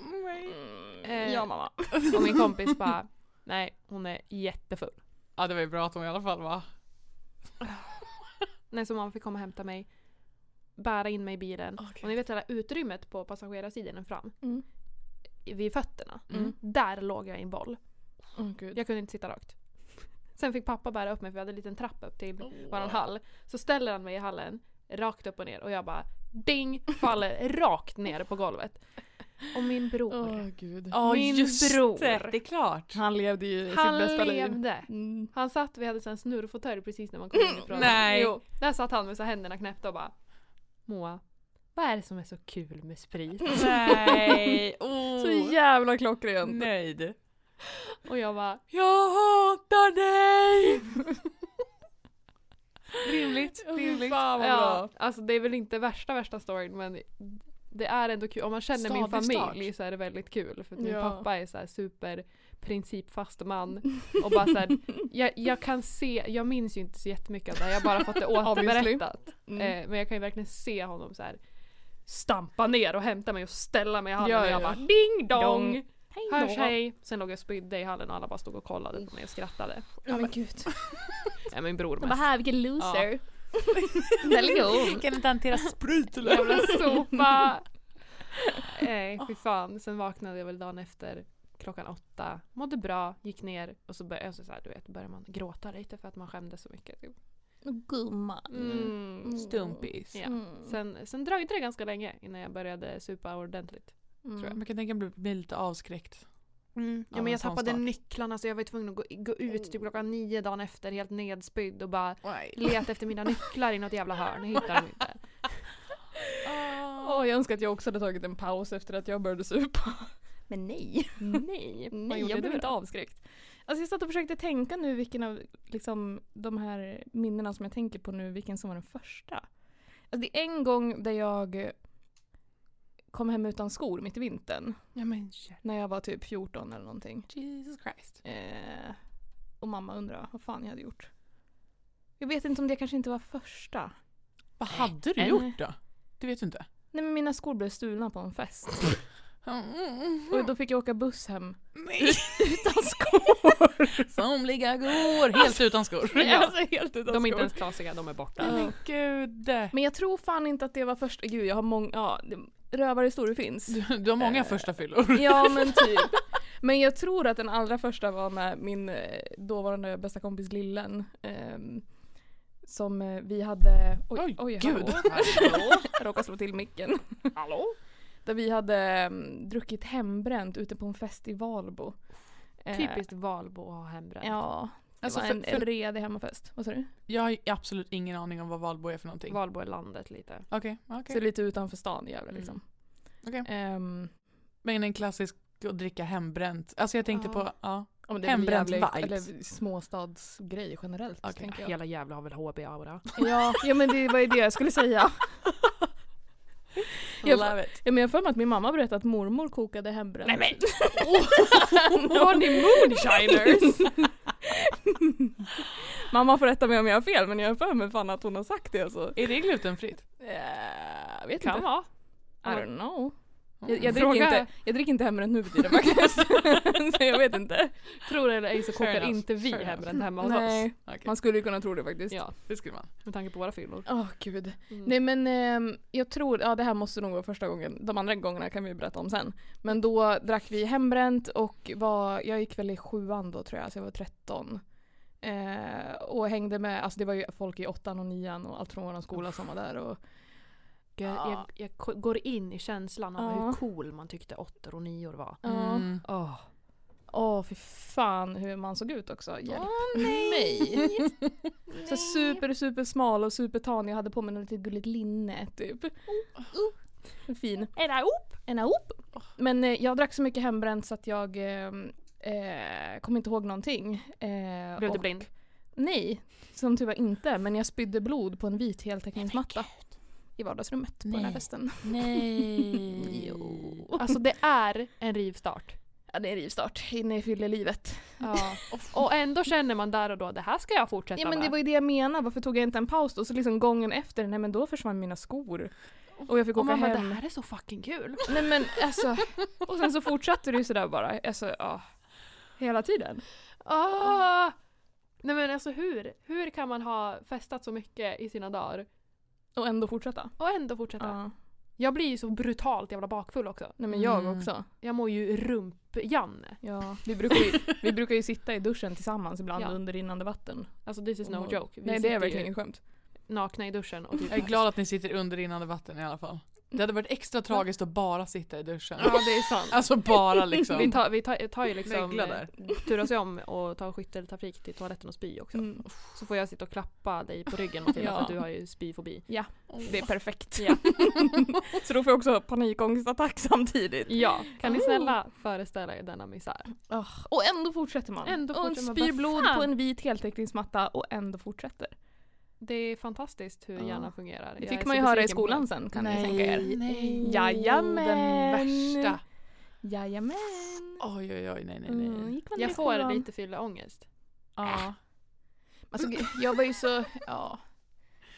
[SPEAKER 3] Eh,
[SPEAKER 4] Ja mamma.
[SPEAKER 3] Och min kompis bara, nej hon är jättefull.
[SPEAKER 1] Ja det var ju bra att hon i alla fall var.
[SPEAKER 3] Nej så mamma fick komma och hämta mig. Bära in mig i bilen.
[SPEAKER 1] Okej.
[SPEAKER 3] Och ni vet hela utrymmet på passagerarsidan fram.
[SPEAKER 4] Mm.
[SPEAKER 3] Vid fötterna.
[SPEAKER 1] Mm.
[SPEAKER 3] Där låg jag i en boll.
[SPEAKER 4] Åh gud.
[SPEAKER 3] Jag kunde inte sitta rakt. Sen fick pappa bära upp mig för vi hade en liten trappa upp till våran hall. Så ställer han mig i hallen, rakt upp och ner och jag bara ding faller rakt ner på golvet. Och min bror,
[SPEAKER 4] gud.
[SPEAKER 1] Ja
[SPEAKER 3] Min
[SPEAKER 1] just
[SPEAKER 3] bror.
[SPEAKER 1] det, det är klart.
[SPEAKER 4] Han levde ju
[SPEAKER 3] han
[SPEAKER 4] sitt bästa liv.
[SPEAKER 3] levde.
[SPEAKER 4] Mm.
[SPEAKER 3] Han satt, vi hade en sån här snurrfåtölj precis när man kom inifrån.
[SPEAKER 1] Nej.
[SPEAKER 3] Jo, där satt han med så här händerna knäppta och bara Moa, vad är det som är så kul med sprit?
[SPEAKER 1] Nej, oh.
[SPEAKER 3] Mm.
[SPEAKER 4] Så jävla klockrent.
[SPEAKER 1] nöjd.
[SPEAKER 3] Och jag bara
[SPEAKER 1] Jag hatar dig! rimligt, rimligt.
[SPEAKER 4] Fan vad
[SPEAKER 3] Ja,
[SPEAKER 4] bra.
[SPEAKER 3] alltså det är väl inte värsta värsta storyn men det är ändå kul. Om man känner min
[SPEAKER 1] Stadig
[SPEAKER 3] familj
[SPEAKER 1] start.
[SPEAKER 3] så är det väldigt kul för att min
[SPEAKER 4] Ja.
[SPEAKER 3] pappa är så här super principfast man och bara så här, jag, jag kan se, jag minns ju inte så jättemycket av det här, jag har bara fått det
[SPEAKER 4] Obviously. Mm.
[SPEAKER 3] återberättat. Eh, men jag kan ju verkligen se honom så här stampa ner och hämta mig och ställa mig i hallen
[SPEAKER 4] Ja,
[SPEAKER 3] och jag
[SPEAKER 4] ja, ja.
[SPEAKER 3] bara ding dong!
[SPEAKER 4] Dong.
[SPEAKER 3] Hörs hej. Sen låg jag och spydde i hallen och alla bara stod och kollade på mig och skrattade.
[SPEAKER 4] Ja men gud.
[SPEAKER 3] Ja, min bror
[SPEAKER 4] De
[SPEAKER 3] mest.
[SPEAKER 4] bara här vilken loser. Där ligger hon.
[SPEAKER 1] Kan inte hantera sprit
[SPEAKER 3] Jävla sopa! Nej, fy fan. Sen vaknade jag väl dagen efter klockan åtta, mådde bra, gick ner och så började, alltså så här, du vet, började man gråta lite för att man skämdes så mycket. Typ.
[SPEAKER 4] Gumman.
[SPEAKER 3] Mm.
[SPEAKER 1] Stumpis.
[SPEAKER 3] Ja.
[SPEAKER 4] Mm.
[SPEAKER 3] Sen, sen dröjde det ganska länge innan jag började supa ordentligt.
[SPEAKER 4] Mm.
[SPEAKER 1] Man kan tänka mig att bli lite avskräckt.
[SPEAKER 3] Mm. Ja, men jag tappade nycklarna så jag var tvungen att gå, gå ut typ klockan nio dagen efter helt nedspydd och bara leta efter mina nycklar i något jävla hörn. Jag hittade dem inte. Ah.
[SPEAKER 1] Ah.
[SPEAKER 4] Åh, jag önskar att jag också hade tagit en paus efter att jag började supa. Men nej.
[SPEAKER 3] Nej, vad
[SPEAKER 4] nej
[SPEAKER 3] gjorde
[SPEAKER 4] jag
[SPEAKER 3] du
[SPEAKER 4] blev inte
[SPEAKER 3] då?
[SPEAKER 4] avskräckt. Alltså jag satt och försökte tänka nu vilken av liksom, de här minnena som jag tänker på nu, vilken som var den första. Alltså det är en gång där jag kom hem utan skor mitt i vintern.
[SPEAKER 1] Ja, men,
[SPEAKER 4] När jag var typ 14 eller någonting.
[SPEAKER 1] Jesus Christ.
[SPEAKER 4] Eh, och mamma undrade vad fan jag hade gjort. Jag vet inte om det kanske inte var första.
[SPEAKER 1] Vad hade du
[SPEAKER 4] En-
[SPEAKER 1] gjort då? Det vet du inte.
[SPEAKER 4] Nej men mina skor blev stulna på en fest.
[SPEAKER 1] Mm.
[SPEAKER 4] Och då fick jag åka buss hem
[SPEAKER 1] Nej.
[SPEAKER 4] utan skor.
[SPEAKER 1] Somliga går helt utan skor.
[SPEAKER 4] Alltså, helt utan
[SPEAKER 3] De
[SPEAKER 4] skor.
[SPEAKER 3] är inte ens trasiga, de är borta.
[SPEAKER 1] Men gud.
[SPEAKER 4] Men jag tror fan inte att det var första, gud jag har många, ja det- rövarhistorier finns.
[SPEAKER 1] Du, du har många
[SPEAKER 4] Eh.
[SPEAKER 1] första fyllor.
[SPEAKER 4] Ja men typ. Men jag tror att den allra första var med min eh, dåvarande bästa kompis Lillen. ehm, som eh, vi hade, oj,
[SPEAKER 1] Oj,
[SPEAKER 4] oj,
[SPEAKER 1] gud.
[SPEAKER 4] hallå. jag råkade slå till micken.
[SPEAKER 3] Hallå?
[SPEAKER 4] Där vi hade ehm, druckit hembränt ute på en fest i Valbo. Eh,
[SPEAKER 3] Typiskt Valbo att ha hembränt.
[SPEAKER 4] Ja, det
[SPEAKER 1] Alltså,
[SPEAKER 4] var
[SPEAKER 1] för-
[SPEAKER 4] en
[SPEAKER 1] för-
[SPEAKER 4] redig hemmafest. Vad sa du?
[SPEAKER 1] Jag har ju absolut ingen aning om vad Valbo är för någonting.
[SPEAKER 3] Valbo är landet lite.
[SPEAKER 1] Okej, okej.
[SPEAKER 4] Så lite utanför stan i Gävle
[SPEAKER 3] Mm.
[SPEAKER 4] liksom.
[SPEAKER 1] Okej.
[SPEAKER 4] Ehm,
[SPEAKER 1] Men en klassisk att dricka hembränt. Alltså jag tänkte
[SPEAKER 4] Ja.
[SPEAKER 1] på, ja.
[SPEAKER 4] Ja, men det är väl
[SPEAKER 1] Hembränt
[SPEAKER 4] jävla-
[SPEAKER 1] vibes.
[SPEAKER 4] Eller småstadsgrej generellt.
[SPEAKER 1] Okej.
[SPEAKER 4] tänker jag.
[SPEAKER 3] Hela jävla har väl HB-aura.
[SPEAKER 4] Ja, ja, men det var ju det jag skulle säga. Jag-
[SPEAKER 1] Love it.
[SPEAKER 4] Ja, men jag har för mig att min mamma berättade att mormor kokade hembränt.
[SPEAKER 3] Nej, men-
[SPEAKER 4] no. Var ni moonshiners? mamma får rätta mig om jag har fel men jag har för mig fan att hon har sagt det alltså.
[SPEAKER 1] Är det glutenfritt?
[SPEAKER 4] Eh, vet
[SPEAKER 3] Kan
[SPEAKER 4] inte.
[SPEAKER 3] vara.
[SPEAKER 4] I don't know. Jag,
[SPEAKER 1] Mm.
[SPEAKER 4] jag, dricker,
[SPEAKER 3] Fråga-
[SPEAKER 4] inte, jag dricker inte hembränt nu för tiden faktiskt. så jag vet inte.
[SPEAKER 3] Tror det eller ej så
[SPEAKER 1] Fair
[SPEAKER 3] kokar
[SPEAKER 1] enough,
[SPEAKER 3] inte vi
[SPEAKER 1] fair enough.
[SPEAKER 3] hembränt hemma hos oss.
[SPEAKER 4] Nej,
[SPEAKER 1] Okej,
[SPEAKER 4] man skulle ju kunna tro det faktiskt.
[SPEAKER 3] Ja,
[SPEAKER 1] det skulle man.
[SPEAKER 3] med tanke på våra fyllor.
[SPEAKER 4] Åh gud. Nej men ehm, jag tror, ja det här måste nog vara första gången. De andra gångerna kan vi berätta om sen. Men då drack vi hembränt och var, jag gick väl i sjuan då tror jag, så jag var 13. Eh, och hängde med, alltså det var ju folk i åttan och nian och allt från våran skola som var där. Och,
[SPEAKER 3] Jag, jag, jag ko- går in i känslan av
[SPEAKER 4] Ja.
[SPEAKER 3] hur cool man tyckte åttor och nior var.
[SPEAKER 4] ja.
[SPEAKER 1] Mm.
[SPEAKER 3] Åh,
[SPEAKER 4] Åh fy fan hur man såg ut också. Hjälp mig. Så super super smal och supertan. Jag hade på mig något litet gulligt linne typ. Uh. Fin.
[SPEAKER 3] Era upp!
[SPEAKER 4] En upp. Men eh, jag drack så mycket hembränt så att jag eh, eh, kom inte ihåg någonting. Eh,
[SPEAKER 3] Blev du
[SPEAKER 4] och-
[SPEAKER 3] blind?
[SPEAKER 4] Nej, som tur var inte. Men jag spydde blod på en vit heltäckningsmatta. I vardagsrummet på den här
[SPEAKER 1] Nej.
[SPEAKER 4] festen.
[SPEAKER 1] Nej.
[SPEAKER 3] Alltså det är en rivstart.
[SPEAKER 4] Ja, det är rivstart inne i fyllelivet.
[SPEAKER 3] Ja. och ändå känner man där och då, det här ska jag fortsätta
[SPEAKER 4] Ja men det
[SPEAKER 3] med.
[SPEAKER 4] var ju det jag menade. Varför tog jag inte en paus då? Så liksom gången efter, nej men då försvann mina skor. Och jag fick
[SPEAKER 3] och
[SPEAKER 4] åka
[SPEAKER 3] man bara, det
[SPEAKER 4] hem.
[SPEAKER 3] här är så fucking kul.
[SPEAKER 4] Nej men alltså. Och sen så fortsatte det ju sådär bara. Alltså ja. Hela tiden.
[SPEAKER 3] Ah! Nej men alltså hur? Hur kan man ha festat så mycket i sina dagar
[SPEAKER 4] Och ändå fortsätta.
[SPEAKER 3] och ändå fortsätta? Jag blir ju så brutalt jävla bakfull också.
[SPEAKER 4] Nej men jag
[SPEAKER 1] Mm.
[SPEAKER 4] också.
[SPEAKER 3] Jag mår ju rump-Janne.
[SPEAKER 4] Ja, vi brukar, ju, vi brukar ju sitta i duschen tillsammans ibland
[SPEAKER 3] Ja.
[SPEAKER 4] under rinnande vatten.
[SPEAKER 3] Alltså this is no
[SPEAKER 4] Och-
[SPEAKER 3] joke. Vi
[SPEAKER 4] Mm. Nej det
[SPEAKER 3] sitter
[SPEAKER 4] är
[SPEAKER 3] ju
[SPEAKER 4] verkligen inget skämt.
[SPEAKER 3] nakna i duschen och typ
[SPEAKER 1] Jag är glad att ni sitter under rinnande vatten i alla fall. Det hade varit extra tragiskt att bara sitta i duschen.
[SPEAKER 3] Ja det är sant.
[SPEAKER 1] Alltså bara
[SPEAKER 3] Vi
[SPEAKER 1] liksom.
[SPEAKER 3] tar, vi tar, tar ju liksom,
[SPEAKER 1] Mögla där.
[SPEAKER 3] eh, turas ju om och tar skytteltrafik till toaletten och spy också.
[SPEAKER 4] Mm.
[SPEAKER 3] Så får jag sitta och klappa dig på ryggen Matilda
[SPEAKER 4] Ja.
[SPEAKER 3] för att du har ju spyfobi.
[SPEAKER 4] Det är perfekt.
[SPEAKER 3] Ja.
[SPEAKER 4] så då får jag också panikångestattack samtidigt.
[SPEAKER 3] ja, kan ni snälla föreställa er denna misär?
[SPEAKER 4] Ah, och ändå fortsätter man.
[SPEAKER 3] Ändå
[SPEAKER 4] och
[SPEAKER 3] fortsätter man.
[SPEAKER 4] spyr
[SPEAKER 3] Bara,
[SPEAKER 4] blod
[SPEAKER 3] fan.
[SPEAKER 4] på en vit heltäckningsmatta och ändå fortsätter.
[SPEAKER 3] Det är fantastiskt hur
[SPEAKER 4] Ja.
[SPEAKER 3] hjärnan fungerar.
[SPEAKER 4] Det
[SPEAKER 3] Jag
[SPEAKER 4] fick
[SPEAKER 3] är
[SPEAKER 4] man ju
[SPEAKER 3] så
[SPEAKER 4] höra i
[SPEAKER 3] besviken på
[SPEAKER 4] skolan
[SPEAKER 3] er.
[SPEAKER 4] sen kan ni tänka er.
[SPEAKER 1] Nej.
[SPEAKER 4] Jajamän.
[SPEAKER 1] Den värsta.
[SPEAKER 4] Jajamän.
[SPEAKER 1] Oj oj oj nej nej
[SPEAKER 4] Mm,
[SPEAKER 1] nej.
[SPEAKER 4] gick man ner i
[SPEAKER 3] Jag får
[SPEAKER 4] skolan.
[SPEAKER 3] lite fylla ångest.
[SPEAKER 1] Ja.
[SPEAKER 4] Alltså, gud, jag var ju så, ja.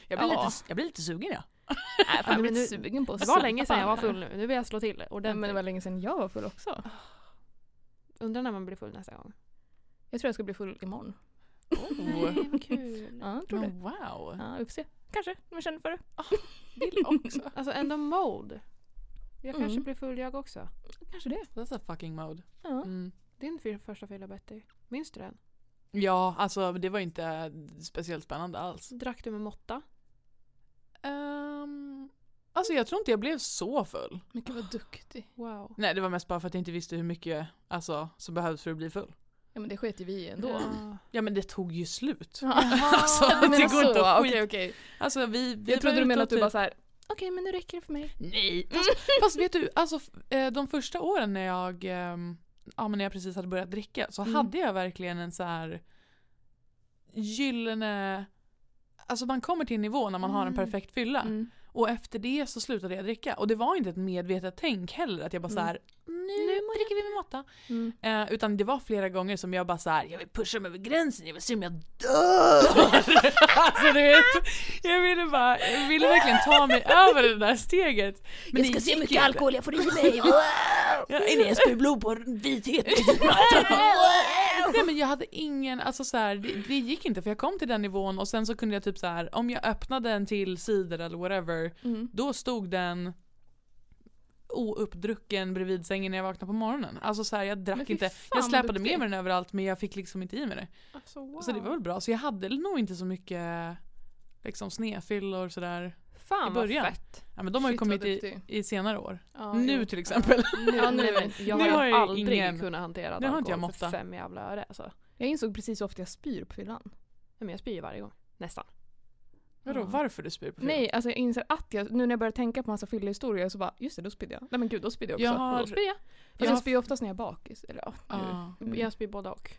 [SPEAKER 1] Jag, blir
[SPEAKER 4] Ja.
[SPEAKER 1] lite, jag blir lite sugen ja.
[SPEAKER 4] Nej, fan, jag
[SPEAKER 3] men
[SPEAKER 4] blir
[SPEAKER 3] nu-
[SPEAKER 4] sugen på att
[SPEAKER 3] Det var
[SPEAKER 4] supa
[SPEAKER 3] länge sedan jag var
[SPEAKER 4] nu.
[SPEAKER 3] full nu, nu vill jag slå till
[SPEAKER 4] Nej,
[SPEAKER 3] ordentligt.
[SPEAKER 4] men det var länge sedan jag var full också.
[SPEAKER 3] Undrar när man blir full nästa gång.
[SPEAKER 4] Jag tror jag ska bli full imorgon.
[SPEAKER 1] Oh.
[SPEAKER 3] vad kul.
[SPEAKER 4] Ja, jag tror det.
[SPEAKER 1] Men Oh, wow.
[SPEAKER 4] Ja, vi får se. Kanske, om jag känner för det.
[SPEAKER 1] Vill också.
[SPEAKER 3] Alltså ändå mode. Jag kanske
[SPEAKER 4] Mm.
[SPEAKER 3] blir full jag också.
[SPEAKER 4] Kanske det.
[SPEAKER 1] That's a fucking mode.
[SPEAKER 4] Ja.
[SPEAKER 1] Mm.
[SPEAKER 3] Din fyr- första fylla Betty, minns du den?
[SPEAKER 1] Ja, alltså det var inte speciellt spännande alls.
[SPEAKER 3] Drack du med måtta?
[SPEAKER 1] Ehm, alltså jag tror inte jag blev så full.
[SPEAKER 4] Men gud vad duktig.
[SPEAKER 3] Wow.
[SPEAKER 1] Nej, det var mest bara för att jag inte visste hur mycket alltså, som behövs för att bli full.
[SPEAKER 4] Ja men det sket ju vi i ändå.
[SPEAKER 3] Ja.
[SPEAKER 1] Ja men det tog ju slut.
[SPEAKER 4] Alltså,
[SPEAKER 1] det går inte att skit-
[SPEAKER 4] Okej okej.
[SPEAKER 1] Alltså vi, vi
[SPEAKER 4] Jag trodde
[SPEAKER 1] var
[SPEAKER 4] du
[SPEAKER 1] ute
[SPEAKER 4] menade
[SPEAKER 1] och
[SPEAKER 4] att du
[SPEAKER 1] typ-
[SPEAKER 4] bara såhär, okej men nu räcker det för mig.
[SPEAKER 1] Nej. Fast, fast vet du, alltså f- eh, de första åren när jag, ehm, ja, men när jag precis hade börjat dricka så
[SPEAKER 4] Mm.
[SPEAKER 1] hade jag verkligen en så här gyllene... Alltså man kommer till en nivå när man har en
[SPEAKER 4] Mm.
[SPEAKER 1] perfekt fylla.
[SPEAKER 4] Mm.
[SPEAKER 1] Och efter det så slutade jag dricka. Och det var inte ett medvetet tänk heller att jag bara så här, Mm. nu, dricker vi med måtta.
[SPEAKER 4] Mm.
[SPEAKER 1] Eh, utan det var flera gånger som jag bara så här, jag vill pusha mig över gränsen, jag vill se om jag dör. alltså du vet, jag ville bara, jag ville verkligen ta mig över det där steget. Men jag ska se hur mycket alkohol jag får i mig. Innan jag spyr blod på en vithet. Nej men jag hade ingen, alltså så här, det, det gick inte för jag kom till den nivån och sen så kunde jag typ så här, om jag öppnade en till cider eller whatever,
[SPEAKER 4] Mm.
[SPEAKER 1] då stod den ouppdrucken bredvid sängen när jag vaknade på morgonen. Alltså så här, jag
[SPEAKER 4] Men
[SPEAKER 1] drack
[SPEAKER 4] fy
[SPEAKER 1] inte.
[SPEAKER 4] fan,
[SPEAKER 1] Jag
[SPEAKER 4] vad
[SPEAKER 1] släpade
[SPEAKER 4] duktig.
[SPEAKER 1] med mig den överallt men jag fick liksom inte i mig det.
[SPEAKER 9] Alltså, wow.
[SPEAKER 1] Så det var väl bra. Så jag hade nog inte så mycket liksom snedfyllor och sådär.
[SPEAKER 3] Fan
[SPEAKER 1] I
[SPEAKER 3] vad
[SPEAKER 1] början.
[SPEAKER 3] fett.
[SPEAKER 1] Ja, men de har ju
[SPEAKER 4] Shit, vad
[SPEAKER 1] kommit i,
[SPEAKER 4] duktig.
[SPEAKER 1] i senare år.
[SPEAKER 4] Ja, Mm.
[SPEAKER 1] nu
[SPEAKER 4] jo.
[SPEAKER 1] till exempel.
[SPEAKER 3] Nu,
[SPEAKER 4] Ja, nu-
[SPEAKER 3] nej, men, jag
[SPEAKER 1] nu
[SPEAKER 3] har
[SPEAKER 1] har
[SPEAKER 3] ju
[SPEAKER 1] jag
[SPEAKER 3] aldrig
[SPEAKER 1] ingen-
[SPEAKER 3] kunnat hantera
[SPEAKER 1] Nu har inte jag
[SPEAKER 3] alkohol för
[SPEAKER 1] måtta.
[SPEAKER 3] fem jävla öre. Alltså. Nej,
[SPEAKER 4] Jag insåg precis hur ofta jag spyr på fyllan.
[SPEAKER 3] men jag spyr ju varje gång. Nästan.
[SPEAKER 1] Vadå
[SPEAKER 4] Ja.
[SPEAKER 1] varför du spyr på fyllan?
[SPEAKER 4] Nej, alltså jag inser att jag, nu när jag börjar tänka på massa fyllhistorier så bara, just det då spydde jag. Nej men gud då spydde jag också.
[SPEAKER 1] Jag
[SPEAKER 4] Och
[SPEAKER 1] har-
[SPEAKER 4] Då spyr jag. Fast
[SPEAKER 1] jag
[SPEAKER 4] jag,
[SPEAKER 1] har-
[SPEAKER 4] spyr ju oftast när jag är bakis. Eller, ja, nu.
[SPEAKER 1] Ja.
[SPEAKER 4] Mm.
[SPEAKER 3] Jag spyr både och.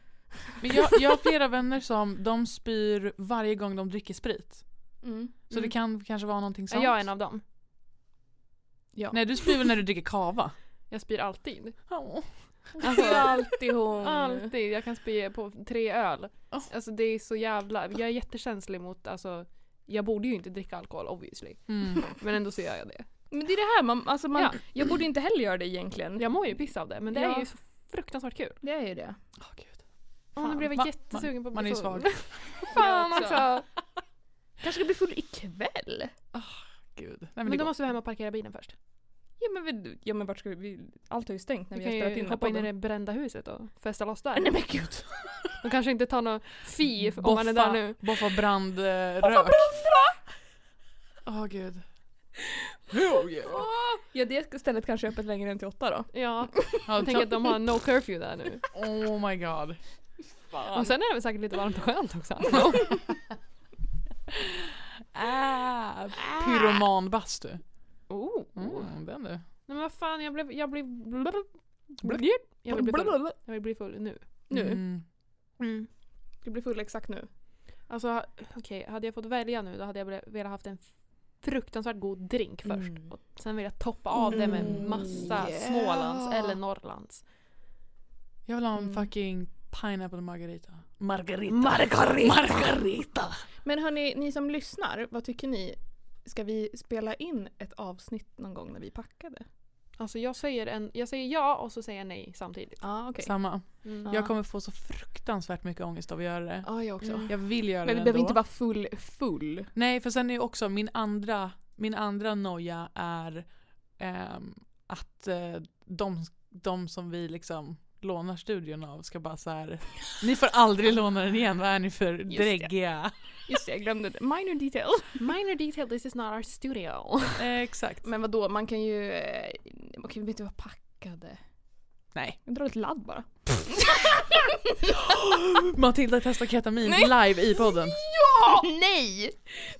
[SPEAKER 1] Men jag, jag har flera vänner som de spyr varje gång de dricker sprit.
[SPEAKER 4] Mm.
[SPEAKER 1] Så det kan kanske vara någonting
[SPEAKER 3] Är
[SPEAKER 1] sånt.
[SPEAKER 3] jag en av dem?
[SPEAKER 1] Nej du spyr väl när du dricker kava?
[SPEAKER 3] Jag spyr alltid.
[SPEAKER 1] Ja.
[SPEAKER 4] Alltså, det är alltid hon.
[SPEAKER 3] Alltid. Jag kan spy på tre öl.
[SPEAKER 1] Oh.
[SPEAKER 3] Alltså det är så jävla... Jag är jättekänslig mot... Alltså, jag borde ju inte dricka alkohol obviously.
[SPEAKER 1] Mm.
[SPEAKER 3] Men ändå så gör jag det.
[SPEAKER 4] Men det är det här, man, alltså man,
[SPEAKER 3] Ja.
[SPEAKER 4] jag borde inte heller göra det egentligen.
[SPEAKER 3] Jag mår ju piss av det men det
[SPEAKER 4] Ja.
[SPEAKER 3] är ju så fruktansvärt kul.
[SPEAKER 4] Det är ju det.
[SPEAKER 1] Åh, gud.
[SPEAKER 3] Åh, nu
[SPEAKER 4] Fan.
[SPEAKER 3] blev
[SPEAKER 1] Va?
[SPEAKER 3] jag jättesugen på att
[SPEAKER 1] Man är
[SPEAKER 3] bli
[SPEAKER 1] ju
[SPEAKER 3] full.
[SPEAKER 1] svag.
[SPEAKER 4] Fan
[SPEAKER 3] Jag också.
[SPEAKER 4] också. Kanske ska bli full ikväll?
[SPEAKER 1] Gud. Nej, men
[SPEAKER 3] Men
[SPEAKER 1] det
[SPEAKER 3] då
[SPEAKER 1] går.
[SPEAKER 3] måste vi hem och parkera bilen först.
[SPEAKER 4] Ja men, vi, ja, men vart ska vi, allt har ju stängt när
[SPEAKER 3] Vi
[SPEAKER 4] vi, har
[SPEAKER 3] kan
[SPEAKER 4] spelat in
[SPEAKER 3] ju
[SPEAKER 4] den här
[SPEAKER 3] hoppa in i
[SPEAKER 4] podden.
[SPEAKER 3] det brända huset och festa loss där.
[SPEAKER 4] Nej men gud.
[SPEAKER 3] De kanske inte tar någon fi om man är där nu.
[SPEAKER 1] Boffa brandrök. Åh gud.
[SPEAKER 4] Ja det stället kanske är öppet längre än till åtta då.
[SPEAKER 3] Ja,
[SPEAKER 1] Ja,
[SPEAKER 3] jag tänker att de har no curfew där nu.
[SPEAKER 1] Oh my god.
[SPEAKER 3] Och sen är det väl säkert lite varmt och skönt också.
[SPEAKER 1] Ah, pyromanbastu.
[SPEAKER 3] Oh.
[SPEAKER 1] Mm, den du.
[SPEAKER 3] Nej men vad fan, jag blev... Jag blev... Jag vill bli full.
[SPEAKER 4] Blablabla.
[SPEAKER 3] Jag vill bli full nu.
[SPEAKER 4] Nu.
[SPEAKER 1] Mm.
[SPEAKER 4] Ska bli full exakt nu.
[SPEAKER 3] Alltså okej, hade jag fått välja nu då hade jag ble- velat haft en fruktansvärt god drink först.
[SPEAKER 1] Mm.
[SPEAKER 3] Och sen vill jag toppa av det med
[SPEAKER 4] Mm,
[SPEAKER 3] massa
[SPEAKER 4] yeah.
[SPEAKER 3] Smålands eller Norrlands.
[SPEAKER 1] Jag vill ha en
[SPEAKER 4] Mm.
[SPEAKER 1] fucking pineapple margarita. Margarita.
[SPEAKER 4] Margarita.
[SPEAKER 1] margarita.
[SPEAKER 4] Men hörni, ni som lyssnar, vad tycker ni? Ska vi spela in ett avsnitt någon gång när vi packade?
[SPEAKER 3] Alltså jag säger, en, jag säger ja och så säger jag nej samtidigt.
[SPEAKER 4] Ja, okej.
[SPEAKER 1] Samma.
[SPEAKER 3] Mm.
[SPEAKER 4] Ja.
[SPEAKER 1] Jag kommer få så fruktansvärt mycket ångest av att göra det.
[SPEAKER 4] Ja, jag också.
[SPEAKER 3] Mm.
[SPEAKER 1] Jag vill göra
[SPEAKER 4] Men vi
[SPEAKER 1] det
[SPEAKER 4] behöver
[SPEAKER 1] ändå.
[SPEAKER 4] inte vara full full.
[SPEAKER 1] Nej, för sen är ju också min andra, min andra noja är ehm, att eh, de, de som vi liksom lånar studion av ska bara så här. ni får aldrig låna den igen, vad är ni för
[SPEAKER 4] det.
[SPEAKER 1] dräggiga?
[SPEAKER 4] Just det, jag glömde det. Minor detail.
[SPEAKER 3] Minor detail, this is not our studio.
[SPEAKER 1] Eh, exakt.
[SPEAKER 4] Men vadå, man kan ju... eh, Okej, vi behöver inte vara packade.
[SPEAKER 1] Nej.
[SPEAKER 4] Vi drar ett ladd bara.
[SPEAKER 1] Matilda testar ketamin
[SPEAKER 4] Nej.
[SPEAKER 1] live i podden.
[SPEAKER 4] Ja! Nej!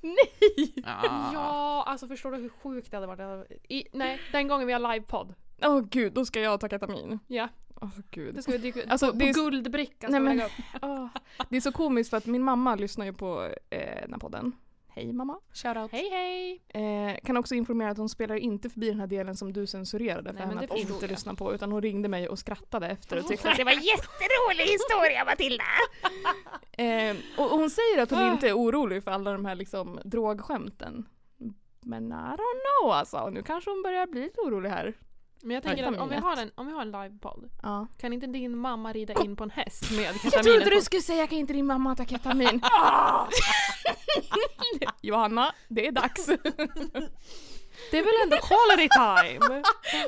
[SPEAKER 4] Nej!
[SPEAKER 1] Ja.
[SPEAKER 3] Ja, alltså förstår du hur sjukt det hade varit? I, nej, den gången vi har livepodd.
[SPEAKER 4] Åh gud, då ska jag ta ketamin.
[SPEAKER 3] Ja.
[SPEAKER 4] Åh gud.
[SPEAKER 3] Då ska vi dyka upp.
[SPEAKER 4] Alltså,
[SPEAKER 3] på
[SPEAKER 4] det är-
[SPEAKER 3] guldbricka ska
[SPEAKER 4] Nej,
[SPEAKER 3] vi
[SPEAKER 4] men-
[SPEAKER 3] lägga upp.
[SPEAKER 4] Ah, Det är så komiskt för att min mamma lyssnar ju på eh, den här podden. Hej mamma.
[SPEAKER 1] Shoutout.
[SPEAKER 3] Hej hej!
[SPEAKER 4] Eh, kan också informera att hon spelar inte förbi den här delen som du censurerade för
[SPEAKER 3] Nej, men
[SPEAKER 4] henne
[SPEAKER 3] det
[SPEAKER 4] att
[SPEAKER 3] förstår
[SPEAKER 4] inte
[SPEAKER 3] jag.
[SPEAKER 4] lyssna på utan hon ringde mig och skrattade efter och tyckte att det var
[SPEAKER 8] Jätterolig historia Matilda!
[SPEAKER 4] eh, och, och hon säger att hon inte är orolig för alla de här liksom drogskämten. Men I don't know alltså, nu kanske hon börjar bli lite orolig här.
[SPEAKER 3] Men jag tänker
[SPEAKER 4] Vitamin
[SPEAKER 3] att om vi,
[SPEAKER 4] ett.
[SPEAKER 3] har en, om vi har en livepodd,
[SPEAKER 4] Ja.
[SPEAKER 3] kan inte din mamma rida in på en häst med
[SPEAKER 4] Jag trodde
[SPEAKER 3] ketaminet
[SPEAKER 4] du
[SPEAKER 3] på?
[SPEAKER 4] skulle säga kan inte din mamma ta ketamin? Johanna, det är dags.
[SPEAKER 3] Det är väl ändå quality time?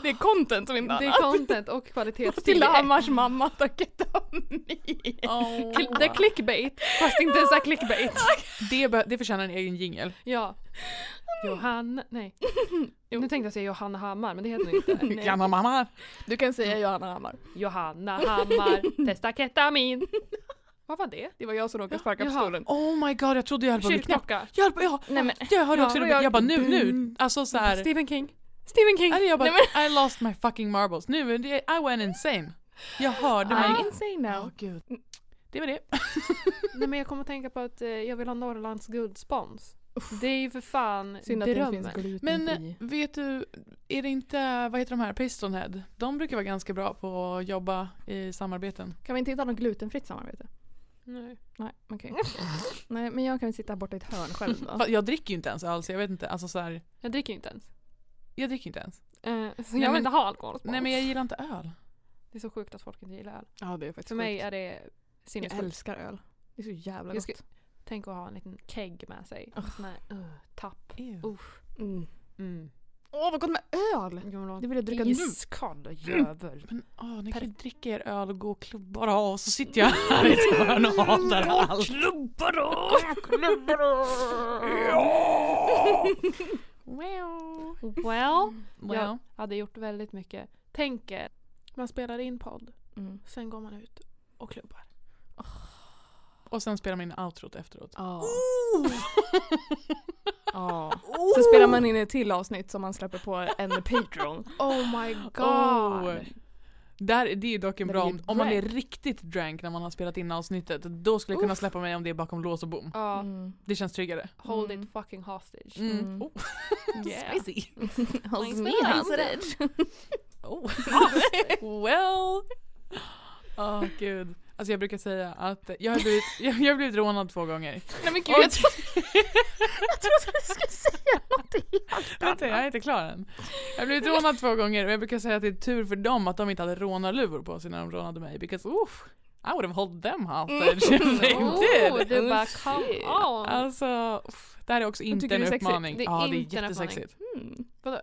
[SPEAKER 4] Det är content som inte
[SPEAKER 3] Det
[SPEAKER 4] annat.
[SPEAKER 3] är content och kvalitetstid.
[SPEAKER 4] Tilda Hammars mamma ta ketamin.
[SPEAKER 1] Åh.
[SPEAKER 3] Det är clickbait, fast inte ens är clickbait.
[SPEAKER 1] Det, be- det förtjänar en egen jingel.
[SPEAKER 3] Ja. Johanna, nej. Nu tänkte jag säga Johanna Hammar, men det heter hon inte.
[SPEAKER 1] Gamla mamma.
[SPEAKER 4] Du kan säga Johanna Hammar.
[SPEAKER 3] Johanna Hammar, testa ketamin. Vad var det?
[SPEAKER 4] Det var jag som råkade sparka på
[SPEAKER 3] Jaha.
[SPEAKER 4] stolen.
[SPEAKER 1] Oh my god, jag trodde jag höll på att lyckna.
[SPEAKER 3] Kyrkklocka.
[SPEAKER 1] Jag höll på, ja,
[SPEAKER 4] Nej, men-
[SPEAKER 1] jag hörde
[SPEAKER 3] Ja,
[SPEAKER 1] också det.
[SPEAKER 3] och
[SPEAKER 1] Jag,
[SPEAKER 3] jag-
[SPEAKER 1] bara nu, nu. Alltså såhär.
[SPEAKER 3] Stephen King. Stephen King!
[SPEAKER 1] Eller jag bara,
[SPEAKER 4] Nej,
[SPEAKER 1] I lost my fucking marbles. Nu, är det- I went insane. Jag hörde mig.
[SPEAKER 4] I'm insane
[SPEAKER 1] Åh
[SPEAKER 4] now.
[SPEAKER 1] gud. Det var det.
[SPEAKER 3] Nej men jag kommer att tänka på att eh, jag vill ha Norrlands guldspons. Det är ju för fan drömmen.
[SPEAKER 1] Men eh, vet du, är det inte, vad heter de här, Pistonhead? De brukar vara ganska bra på att jobba i samarbeten.
[SPEAKER 4] Kan vi inte hitta något glutenfritt samarbete?
[SPEAKER 3] Nej.
[SPEAKER 4] Nej, okej. Nej, men jag kan väl sitta här borta i ett hörn själv då.
[SPEAKER 1] Fa- Jag dricker ju inte ens alls, jag vet inte, alltså så här,
[SPEAKER 3] Jag dricker ju inte ens.
[SPEAKER 1] jag dricker inte ens.
[SPEAKER 3] Eh, så
[SPEAKER 1] Nej,
[SPEAKER 3] jag
[SPEAKER 1] men-
[SPEAKER 3] vill inte ha alkoholspons.
[SPEAKER 1] Nej men jag gillar inte öl.
[SPEAKER 3] Det är så sjukt att folk inte gillar öl.
[SPEAKER 4] Ja, det är faktiskt
[SPEAKER 3] För mig är det
[SPEAKER 4] Jag
[SPEAKER 3] sinnessjukt.
[SPEAKER 4] älskar öl. Det är så jävla
[SPEAKER 3] Jag
[SPEAKER 4] gott.
[SPEAKER 3] ska- Tänk att ha en liten keg med sig. En sån här uh, tapp.
[SPEAKER 1] Ew.
[SPEAKER 3] Usch.
[SPEAKER 4] Mm.
[SPEAKER 3] Mm.
[SPEAKER 4] Åh, vad gott med öl! Det vill jag dricka nu.
[SPEAKER 3] Iskall jävel.
[SPEAKER 1] Men åh, ni kan ju dricka er öl och gå och klubbar av så sitter jag här i ett hörn och hatar allt. Klubbar av! Wow.
[SPEAKER 3] Well,
[SPEAKER 1] Well.
[SPEAKER 3] hade gjort väldigt mycket. Tänk er, man spelar in podd,
[SPEAKER 4] Mm.
[SPEAKER 3] sen går man ut och klubbar.
[SPEAKER 1] Och sen spelar man in outrot efteråt.
[SPEAKER 4] Ja. Ja. Så spelar man in ett till avsnitt som man släpper på en Patreon.
[SPEAKER 3] Oh my god.
[SPEAKER 1] Oh. Där, det är dock en
[SPEAKER 4] När
[SPEAKER 1] bra
[SPEAKER 4] det är
[SPEAKER 1] om, om man är
[SPEAKER 4] drank.
[SPEAKER 1] riktigt drank när man har spelat in avsnittet. Då skulle jag kunna släppa mig om det är bakom lås och bom.
[SPEAKER 3] Ja,
[SPEAKER 4] Mm.
[SPEAKER 1] Det känns tryggare.
[SPEAKER 3] hold
[SPEAKER 4] Mm.
[SPEAKER 3] it fucking hostage.
[SPEAKER 1] Mm.
[SPEAKER 4] Mm.
[SPEAKER 1] Oh,
[SPEAKER 3] Yeah.
[SPEAKER 1] spicy!
[SPEAKER 4] Hålls
[SPEAKER 3] me
[SPEAKER 4] hostage.
[SPEAKER 1] Oh. well! Åh gud. Alltså jag brukar säga att jag har blivit, jag, jag har blivit rånad två gånger.
[SPEAKER 4] Nej men gud, jag, tro- jag trodde du skulle säga någonting helt
[SPEAKER 1] Vänta, jag är inte klar än. Jag har blivit rånad två gånger och jag brukar säga att det är tur för dem att de inte hade rånarluvor på sig när de rånade mig. Because oof, I would have held them hostage if they
[SPEAKER 4] Mm.
[SPEAKER 1] did.
[SPEAKER 3] Oh, du bara
[SPEAKER 4] shit.
[SPEAKER 3] come on.
[SPEAKER 1] Alltså, uff, det här är också inte
[SPEAKER 4] tycker
[SPEAKER 1] en
[SPEAKER 4] det är sexigt.
[SPEAKER 1] uppmaning.
[SPEAKER 3] Det är
[SPEAKER 1] ja, det
[SPEAKER 3] inte
[SPEAKER 1] är
[SPEAKER 3] en
[SPEAKER 1] jättesexigt.
[SPEAKER 4] Mm.
[SPEAKER 3] Vadå?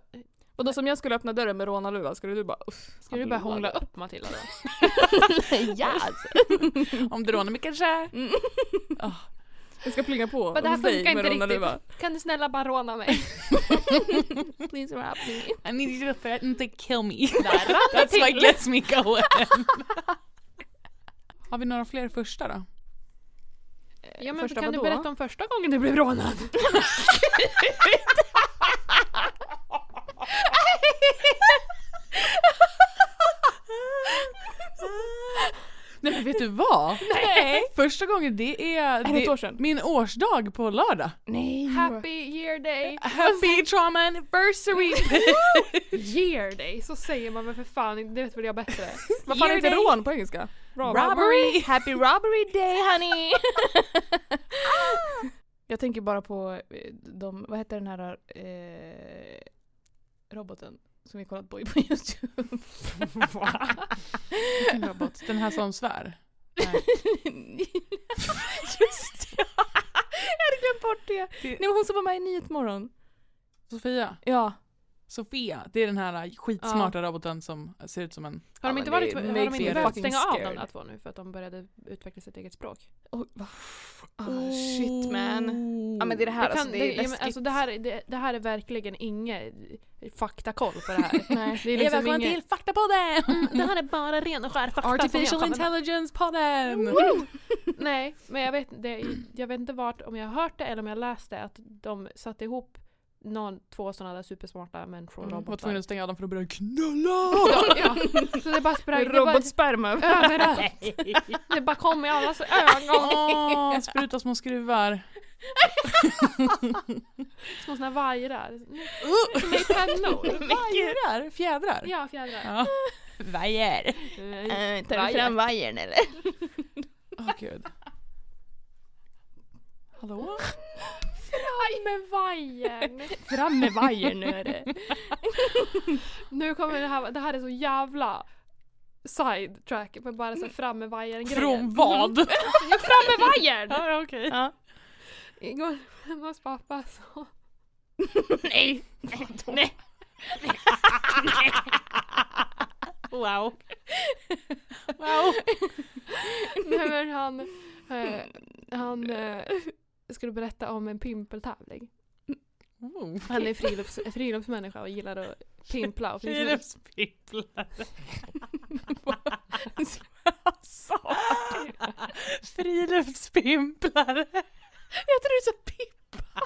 [SPEAKER 4] Och då som jag skulle öppna dörren med rånarluva skulle du bara uff.
[SPEAKER 3] Ska du bara hångla upp Matilda då?
[SPEAKER 4] yes.
[SPEAKER 3] alltså,
[SPEAKER 1] Om du rånar mig kanske.
[SPEAKER 4] Jag ska plinga på
[SPEAKER 3] Men det här
[SPEAKER 4] hos dig
[SPEAKER 3] funkar
[SPEAKER 4] med
[SPEAKER 3] inte
[SPEAKER 4] rånarluva.
[SPEAKER 3] riktigt. Kan du snälla bara råna mig?
[SPEAKER 4] Please wrap me.
[SPEAKER 1] I need you to threaten to kill me. That's what gets me going. Har vi några fler första då?
[SPEAKER 3] Ja, men
[SPEAKER 4] Första
[SPEAKER 3] kan du
[SPEAKER 4] vadå?
[SPEAKER 3] berätta om första gången du blev rånad?
[SPEAKER 1] Nej men vet du vad?
[SPEAKER 4] Nej.
[SPEAKER 1] Första gången det är,
[SPEAKER 4] det ett år sedan?
[SPEAKER 1] min årsdag på lördag.
[SPEAKER 4] Nej.
[SPEAKER 3] Happy year day!
[SPEAKER 1] Happy trauma anniversary!
[SPEAKER 3] Year day, så säger man väl för fan inte, det vet väl jag bättre.
[SPEAKER 4] Vad fan
[SPEAKER 3] Year
[SPEAKER 4] heter
[SPEAKER 3] day.
[SPEAKER 4] rån på engelska?
[SPEAKER 1] Robbery.
[SPEAKER 4] Happy robbery day honey!
[SPEAKER 3] Ah!
[SPEAKER 4] jag tänker bara på eh, de, vad heter den här eh, roboten som vi kollat på på Youtube?
[SPEAKER 1] Va? Vilken robot? Den här som svär?
[SPEAKER 4] Just det! Jag hade glömt bort det.
[SPEAKER 1] Det-
[SPEAKER 4] Nej, men hon som var med i Nyhetsmorgon.
[SPEAKER 1] Sofia?
[SPEAKER 4] Ja.
[SPEAKER 1] Sofia, det är den här äh, skitsmarta roboten som ser ut som en...
[SPEAKER 3] Har
[SPEAKER 4] Ja,
[SPEAKER 3] de inte
[SPEAKER 4] men
[SPEAKER 3] varit,
[SPEAKER 4] det
[SPEAKER 3] har
[SPEAKER 4] makes
[SPEAKER 3] de
[SPEAKER 1] me
[SPEAKER 3] inte börjat
[SPEAKER 4] fucking
[SPEAKER 3] stänga av de
[SPEAKER 4] scared.
[SPEAKER 3] där två nu för att de började utveckla sitt eget språk?
[SPEAKER 4] Oh, va- oh, shit man. Ja men det är det här
[SPEAKER 3] Oh. kan-
[SPEAKER 4] alltså, det är
[SPEAKER 3] ja, men
[SPEAKER 4] läskigt.
[SPEAKER 3] alltså, det, här, är- det, det här är verkligen inget faktakoll på det här.
[SPEAKER 4] Nej.
[SPEAKER 3] Det är
[SPEAKER 1] Eva
[SPEAKER 3] liksom
[SPEAKER 1] kommer till
[SPEAKER 3] inget,
[SPEAKER 1] faktapodden!
[SPEAKER 3] Mm, det här är bara ren och skär fakta som jag
[SPEAKER 1] Artificial
[SPEAKER 3] kommer med.
[SPEAKER 1] intelligence-podden!
[SPEAKER 3] Nej, men jag vet, det, jag vet inte vart, om jag har hört det eller om jag läste att de satte ihop någon, två sådana där supersmarta människor och
[SPEAKER 4] Mm,
[SPEAKER 1] Var
[SPEAKER 3] robotar.
[SPEAKER 1] tvungen att stänga av dem för att börja knulla!
[SPEAKER 3] Ja, ja. Så det bara sprang, det bara,
[SPEAKER 4] Robotsperma.
[SPEAKER 3] överallt. Det bara kom i allas ögon.
[SPEAKER 1] Åh, spruta små skruvar.
[SPEAKER 3] Små såna här vajrar.
[SPEAKER 1] Uh.
[SPEAKER 3] Som är pennor.
[SPEAKER 1] Fjädrar? Fjädrar?
[SPEAKER 3] Ja, fjädrar.
[SPEAKER 1] Ja. Vajer.
[SPEAKER 4] Eh, Tar
[SPEAKER 3] Vajer.
[SPEAKER 4] du fram vajern eller?
[SPEAKER 1] Åh gud. Hallå?
[SPEAKER 4] Fram
[SPEAKER 3] Fram med vajern!
[SPEAKER 4] Fram med vajern nu är det.
[SPEAKER 3] Nu kommer det här, det här är så jävla sidetrack men bara så här fram med vajern
[SPEAKER 1] Från vad?
[SPEAKER 3] Ja, fram med vajern!
[SPEAKER 1] Ja, okej.
[SPEAKER 3] Igår hennes pappa sa
[SPEAKER 4] Nej! Nej!
[SPEAKER 1] Wow. Wow.
[SPEAKER 3] Nej men han, eh, han eh, skulle berätta om en pimpeltävling.
[SPEAKER 1] Oh.
[SPEAKER 3] Han är frilufts, friluftsmänniska och gillar att pimpla. Och frilufts-
[SPEAKER 1] Friluftspipplare.
[SPEAKER 4] Alltså.
[SPEAKER 1] Friluftspimplare.
[SPEAKER 4] Jag tror du sa pippa.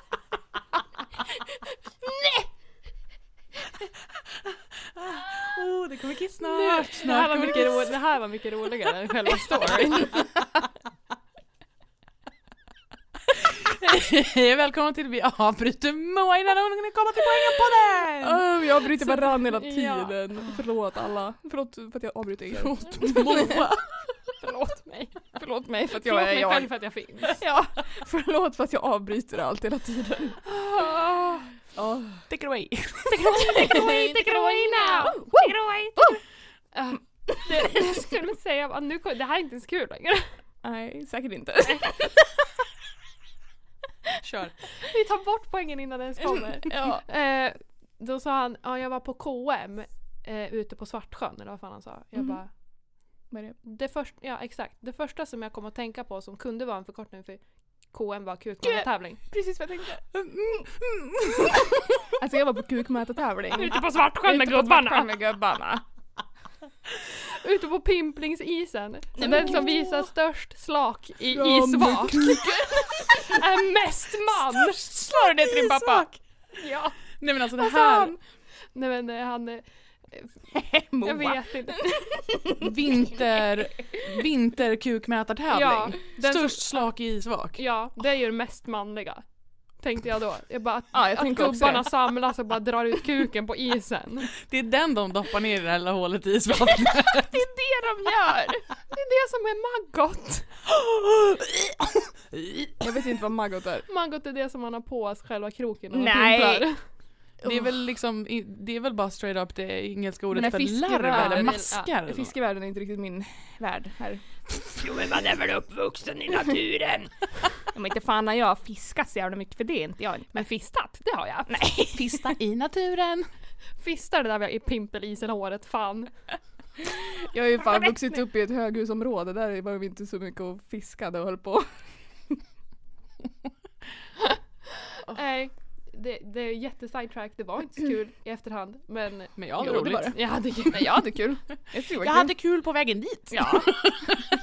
[SPEAKER 1] Oh, det kommer kiss
[SPEAKER 3] Nu-
[SPEAKER 1] snart.
[SPEAKER 3] det, här var
[SPEAKER 1] kommer
[SPEAKER 3] mycket
[SPEAKER 1] kiss.
[SPEAKER 3] ro, det här var mycket roligare än själva storyn.
[SPEAKER 1] Hej och välkomna till Vi avbryter Moa innan hon hinner komma till poängen på den!
[SPEAKER 4] Oh, jag bryter varann hela
[SPEAKER 3] Ja.
[SPEAKER 4] tiden. Förlåt alla. Förlåt för att jag avbryter er.
[SPEAKER 1] Moa.
[SPEAKER 4] Förlåt mig. Förlåt mig för att jag
[SPEAKER 3] Förlåt
[SPEAKER 4] är
[SPEAKER 3] mig själv
[SPEAKER 4] jag.
[SPEAKER 3] för att jag finns.
[SPEAKER 4] Ja, förlåt för att jag avbryter allt hela tiden. Ja.
[SPEAKER 1] Take it away.
[SPEAKER 3] Take it away, take it away now! Take it away! Eh, det, jag skulle säga att nu, kom- det här är inte ens kul längre.
[SPEAKER 4] Nej, säkert inte.
[SPEAKER 1] Kör.
[SPEAKER 3] Vi tar bort poängen innan den ens kommer.
[SPEAKER 4] Ja.
[SPEAKER 3] Eh, då sa han, ja jag var på KM eh, ute på Svartsjön eller vad fan han sa. Jag
[SPEAKER 4] Mhm.
[SPEAKER 3] bara, Mm. det första, ja exakt. Det första som jag kom att tänka på som kunde vara en förkortning för KM var kukmätartävling.
[SPEAKER 4] Precis vad jag tänkte.
[SPEAKER 1] Mm,
[SPEAKER 4] Alltså jag var på kukmätartävling.
[SPEAKER 3] Ute på Svartsjön med
[SPEAKER 4] Ute på
[SPEAKER 3] gubbarna!
[SPEAKER 4] Svartsjön Med gubbarna.
[SPEAKER 3] Ute på pimplingsisen. Så
[SPEAKER 4] men-
[SPEAKER 3] den som visar störst slak i
[SPEAKER 4] Ja,
[SPEAKER 3] isvak är mest man!
[SPEAKER 1] Slår det till din pappa?
[SPEAKER 3] Ja,
[SPEAKER 1] Nej men alltså det
[SPEAKER 3] vad sa
[SPEAKER 1] här,
[SPEAKER 3] han? Nej men eh, han, eh,
[SPEAKER 4] Moa.
[SPEAKER 3] jag vet inte.
[SPEAKER 1] vinter,
[SPEAKER 3] Ja,
[SPEAKER 1] vinterkukmätartävling.
[SPEAKER 3] den som-
[SPEAKER 1] Störst slak i isvak.
[SPEAKER 3] Ja, det är ju det mest manliga. Tänkte jag då. Jag bara, att,
[SPEAKER 4] Ja, jag
[SPEAKER 3] att
[SPEAKER 4] tänker också
[SPEAKER 3] gubbarna
[SPEAKER 4] det.
[SPEAKER 3] samlas och bara drar ut kuken på isen.
[SPEAKER 1] Det är den de doppar ner i det här lilla hålet i isvattnet.
[SPEAKER 3] Det är det de gör! Det är det som är maggot.
[SPEAKER 4] Jag vet inte vad maggot är.
[SPEAKER 3] Maggot är det som man har på sig själva kroken och
[SPEAKER 4] Nej.
[SPEAKER 3] pimplar.
[SPEAKER 1] Det är väl liksom, i- det är väl bara straight up det engelska ordet
[SPEAKER 4] Men
[SPEAKER 1] för
[SPEAKER 4] fiskevärlden-
[SPEAKER 1] larv eller
[SPEAKER 4] Ja,
[SPEAKER 1] maskar. eller något.
[SPEAKER 4] Fiskevärlden är inte riktigt min värld här.
[SPEAKER 10] Jo men man är väl uppvuxen i naturen.
[SPEAKER 4] Om inte fan har jag fiskat så jävla mycket för det är inte jag.
[SPEAKER 3] Men fistat, det har jag.
[SPEAKER 1] Fista i naturen.
[SPEAKER 3] Fistar det där vi har i pimpelisen håret, fan.
[SPEAKER 4] Jag har ju fan vuxit upp i ett höghusområde, där var vi inte så mycket och fiskade och höll på.
[SPEAKER 3] Nej, det, det är jättesidetrack, det var inte så kul i efterhand. Men
[SPEAKER 1] Men jag
[SPEAKER 4] Jo,
[SPEAKER 1] hade
[SPEAKER 4] det
[SPEAKER 1] roligt.
[SPEAKER 4] var det.
[SPEAKER 3] jag hade kul.
[SPEAKER 4] Nej, jag hade kul. Jag tror
[SPEAKER 1] Jag hade kul på vägen dit.
[SPEAKER 4] Ja.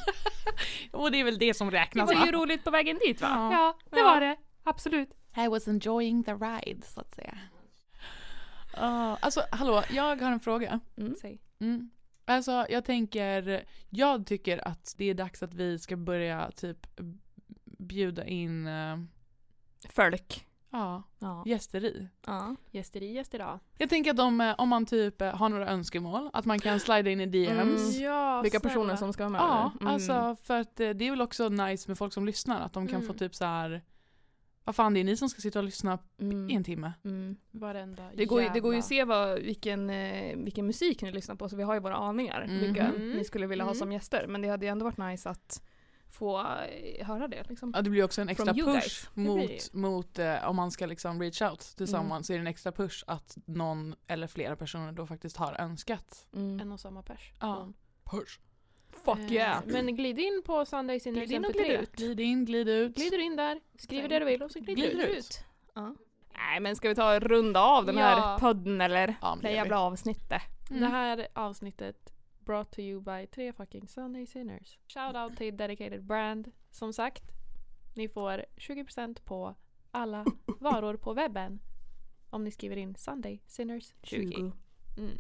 [SPEAKER 1] Och det är väl det som räknas
[SPEAKER 4] Det var
[SPEAKER 1] va?
[SPEAKER 4] ju roligt på vägen dit va?
[SPEAKER 1] Ja.
[SPEAKER 3] Ja, det var det. Absolut.
[SPEAKER 1] I was enjoying the ride, så att säga. alltså, hallå, jag har en fråga.
[SPEAKER 3] Säg.
[SPEAKER 1] Mm. Alltså, jag tänker, jag tycker att det är dags att vi ska börja typ bjuda in eh,
[SPEAKER 4] Folk.
[SPEAKER 1] ja,
[SPEAKER 4] Ja.
[SPEAKER 1] gäster i.
[SPEAKER 4] ja.
[SPEAKER 3] Gästeri, gäster idag.
[SPEAKER 1] Jag tänker att om, eh, om man typ eh, har några önskemål, att man kan slida in i DMs.
[SPEAKER 4] Mm.
[SPEAKER 3] Ja,
[SPEAKER 4] Vilka personer som ska vara med?
[SPEAKER 1] Ja,
[SPEAKER 4] eller? Mm.
[SPEAKER 1] alltså för att eh, det är väl också nice med folk som lyssnar, att de kan få
[SPEAKER 3] Mm.
[SPEAKER 1] typ så här. vad fan det är ni som ska sitta och lyssna
[SPEAKER 4] Mm.
[SPEAKER 1] i en timme.
[SPEAKER 4] Mm.
[SPEAKER 3] Varenda
[SPEAKER 4] Det, går ju, det går ju
[SPEAKER 3] jävla-
[SPEAKER 4] att se vad, vilken, eh, vilken musik ni lyssnar på så vi har ju våra aningar
[SPEAKER 1] Mhm.
[SPEAKER 4] vilka
[SPEAKER 3] Mm.
[SPEAKER 4] ni skulle vilja ha
[SPEAKER 3] Mm.
[SPEAKER 4] som gäster. Men det hade ju ändå varit nice att få eh, höra det liksom.
[SPEAKER 1] Ja, det blir också en extra
[SPEAKER 4] From you
[SPEAKER 1] push
[SPEAKER 4] guys. Det blir
[SPEAKER 1] mot, mot eh, om man ska liksom reach out till
[SPEAKER 4] Mm.
[SPEAKER 1] someone så är det en extra push att någon eller flera personer då faktiskt har önskat.
[SPEAKER 4] Mm.
[SPEAKER 3] En och samma pers. Mm.
[SPEAKER 1] Ja. Push.
[SPEAKER 4] Fuck
[SPEAKER 3] Eh,
[SPEAKER 4] yeah!
[SPEAKER 3] Men glid in på Sundays in
[SPEAKER 4] Glid in
[SPEAKER 3] Exempel
[SPEAKER 4] och glid
[SPEAKER 3] 3.
[SPEAKER 4] ut.
[SPEAKER 1] Glid in, glid ut.
[SPEAKER 3] Glider in där, skriver det du vill och så glider,
[SPEAKER 1] Glider
[SPEAKER 3] du ut.
[SPEAKER 1] ut.
[SPEAKER 4] Ja. Nej men ska vi ta en runda av den här
[SPEAKER 3] Ja.
[SPEAKER 4] podden eller?
[SPEAKER 1] Ja,
[SPEAKER 4] Det
[SPEAKER 1] men det gör vi.
[SPEAKER 4] jävla avsnittet.
[SPEAKER 1] Mm.
[SPEAKER 3] Det här avsnittet brought to you by tre fucking Sunday Sinners. Shout out till Dedicated Brand. Som sagt, ni får 20% på alla varor på webben om ni skriver in Sunday Sinners 20. Mm.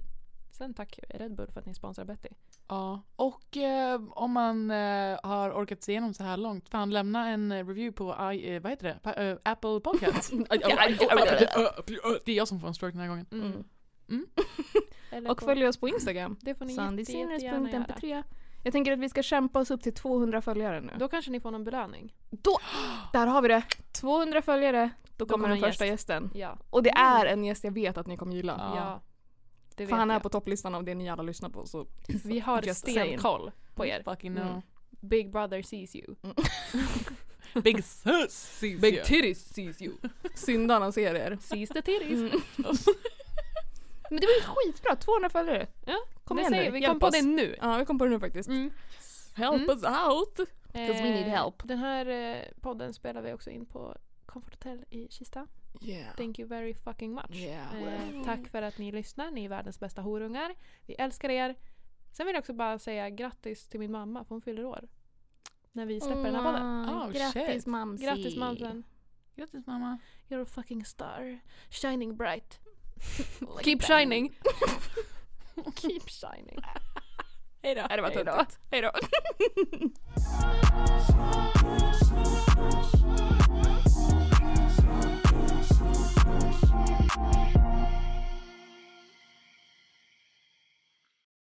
[SPEAKER 3] Sen tack Red Bull för att ni sponsrar Betty.
[SPEAKER 1] Ja. Och eh, om man eh, har orkat se igenom så här långt, fan lämna en eh, review på I, eh, vad heter det? Pa, eh, Apple Podcast. det är jag som får en stroke den här gången.
[SPEAKER 4] Mm.
[SPEAKER 3] Eller
[SPEAKER 4] Och
[SPEAKER 3] på-
[SPEAKER 4] följ oss på Instagram.
[SPEAKER 3] Det får ni jätte, jättegärna göra.
[SPEAKER 4] Sandysinners.mp3 Jag tänker att vi ska kämpa oss upp till 200 följare nu.
[SPEAKER 3] Då kanske ni får någon belöning.
[SPEAKER 4] Där har vi det! 200 följare, Då kommer den
[SPEAKER 3] kommer en
[SPEAKER 4] första
[SPEAKER 3] gäst.
[SPEAKER 4] gästen.
[SPEAKER 3] Ja.
[SPEAKER 4] Och det är en gäst jag vet att ni kommer gilla.
[SPEAKER 3] Mm. Ja. Det
[SPEAKER 4] För han är
[SPEAKER 3] jag.
[SPEAKER 4] på topplistan av det ni alla lyssnar på. Så.
[SPEAKER 3] Vi har
[SPEAKER 4] Just saying.
[SPEAKER 3] stenkoll på er.
[SPEAKER 1] Fucking no.
[SPEAKER 4] Mm.
[SPEAKER 3] Big brother sees you.
[SPEAKER 1] Big sus sees you.
[SPEAKER 4] Big titties sees you. Syndarna ser er.
[SPEAKER 3] Sees the titties.
[SPEAKER 4] Mm. Men det var ju skitbra, 200 följare.
[SPEAKER 3] Ja,
[SPEAKER 4] kom
[SPEAKER 3] Det
[SPEAKER 4] igen
[SPEAKER 3] säger
[SPEAKER 4] nu.
[SPEAKER 3] vi. Vi
[SPEAKER 4] hjälp
[SPEAKER 3] kom på
[SPEAKER 4] oss.
[SPEAKER 3] det nu.
[SPEAKER 4] Ja, vi kom på det nu faktiskt.
[SPEAKER 3] Mm.
[SPEAKER 4] Help
[SPEAKER 3] Mm.
[SPEAKER 4] us out! 'Cause we need
[SPEAKER 3] Eh,
[SPEAKER 4] help.
[SPEAKER 3] Den här eh, podden spelar vi också in på Comfort Hotel i Kista.
[SPEAKER 4] Yeah.
[SPEAKER 3] Thank you very fucking much.
[SPEAKER 4] Yeah.
[SPEAKER 3] Eh, tack för att ni lyssnar. Ni är världens bästa horungar. Vi älskar er. Sen vill jag också bara säga grattis till min mamma för hon fyller år. När vi släpper
[SPEAKER 4] Mm,
[SPEAKER 3] den här podden.
[SPEAKER 1] Oh,
[SPEAKER 4] Grattis
[SPEAKER 1] shit.
[SPEAKER 4] mamsi.
[SPEAKER 3] Grattis mamsen.
[SPEAKER 1] Grattis mamma.
[SPEAKER 3] You're a fucking star. Shining bright. Keep shining. Keep shining.
[SPEAKER 4] Hejdå. Det var tuntigt. Hejdå.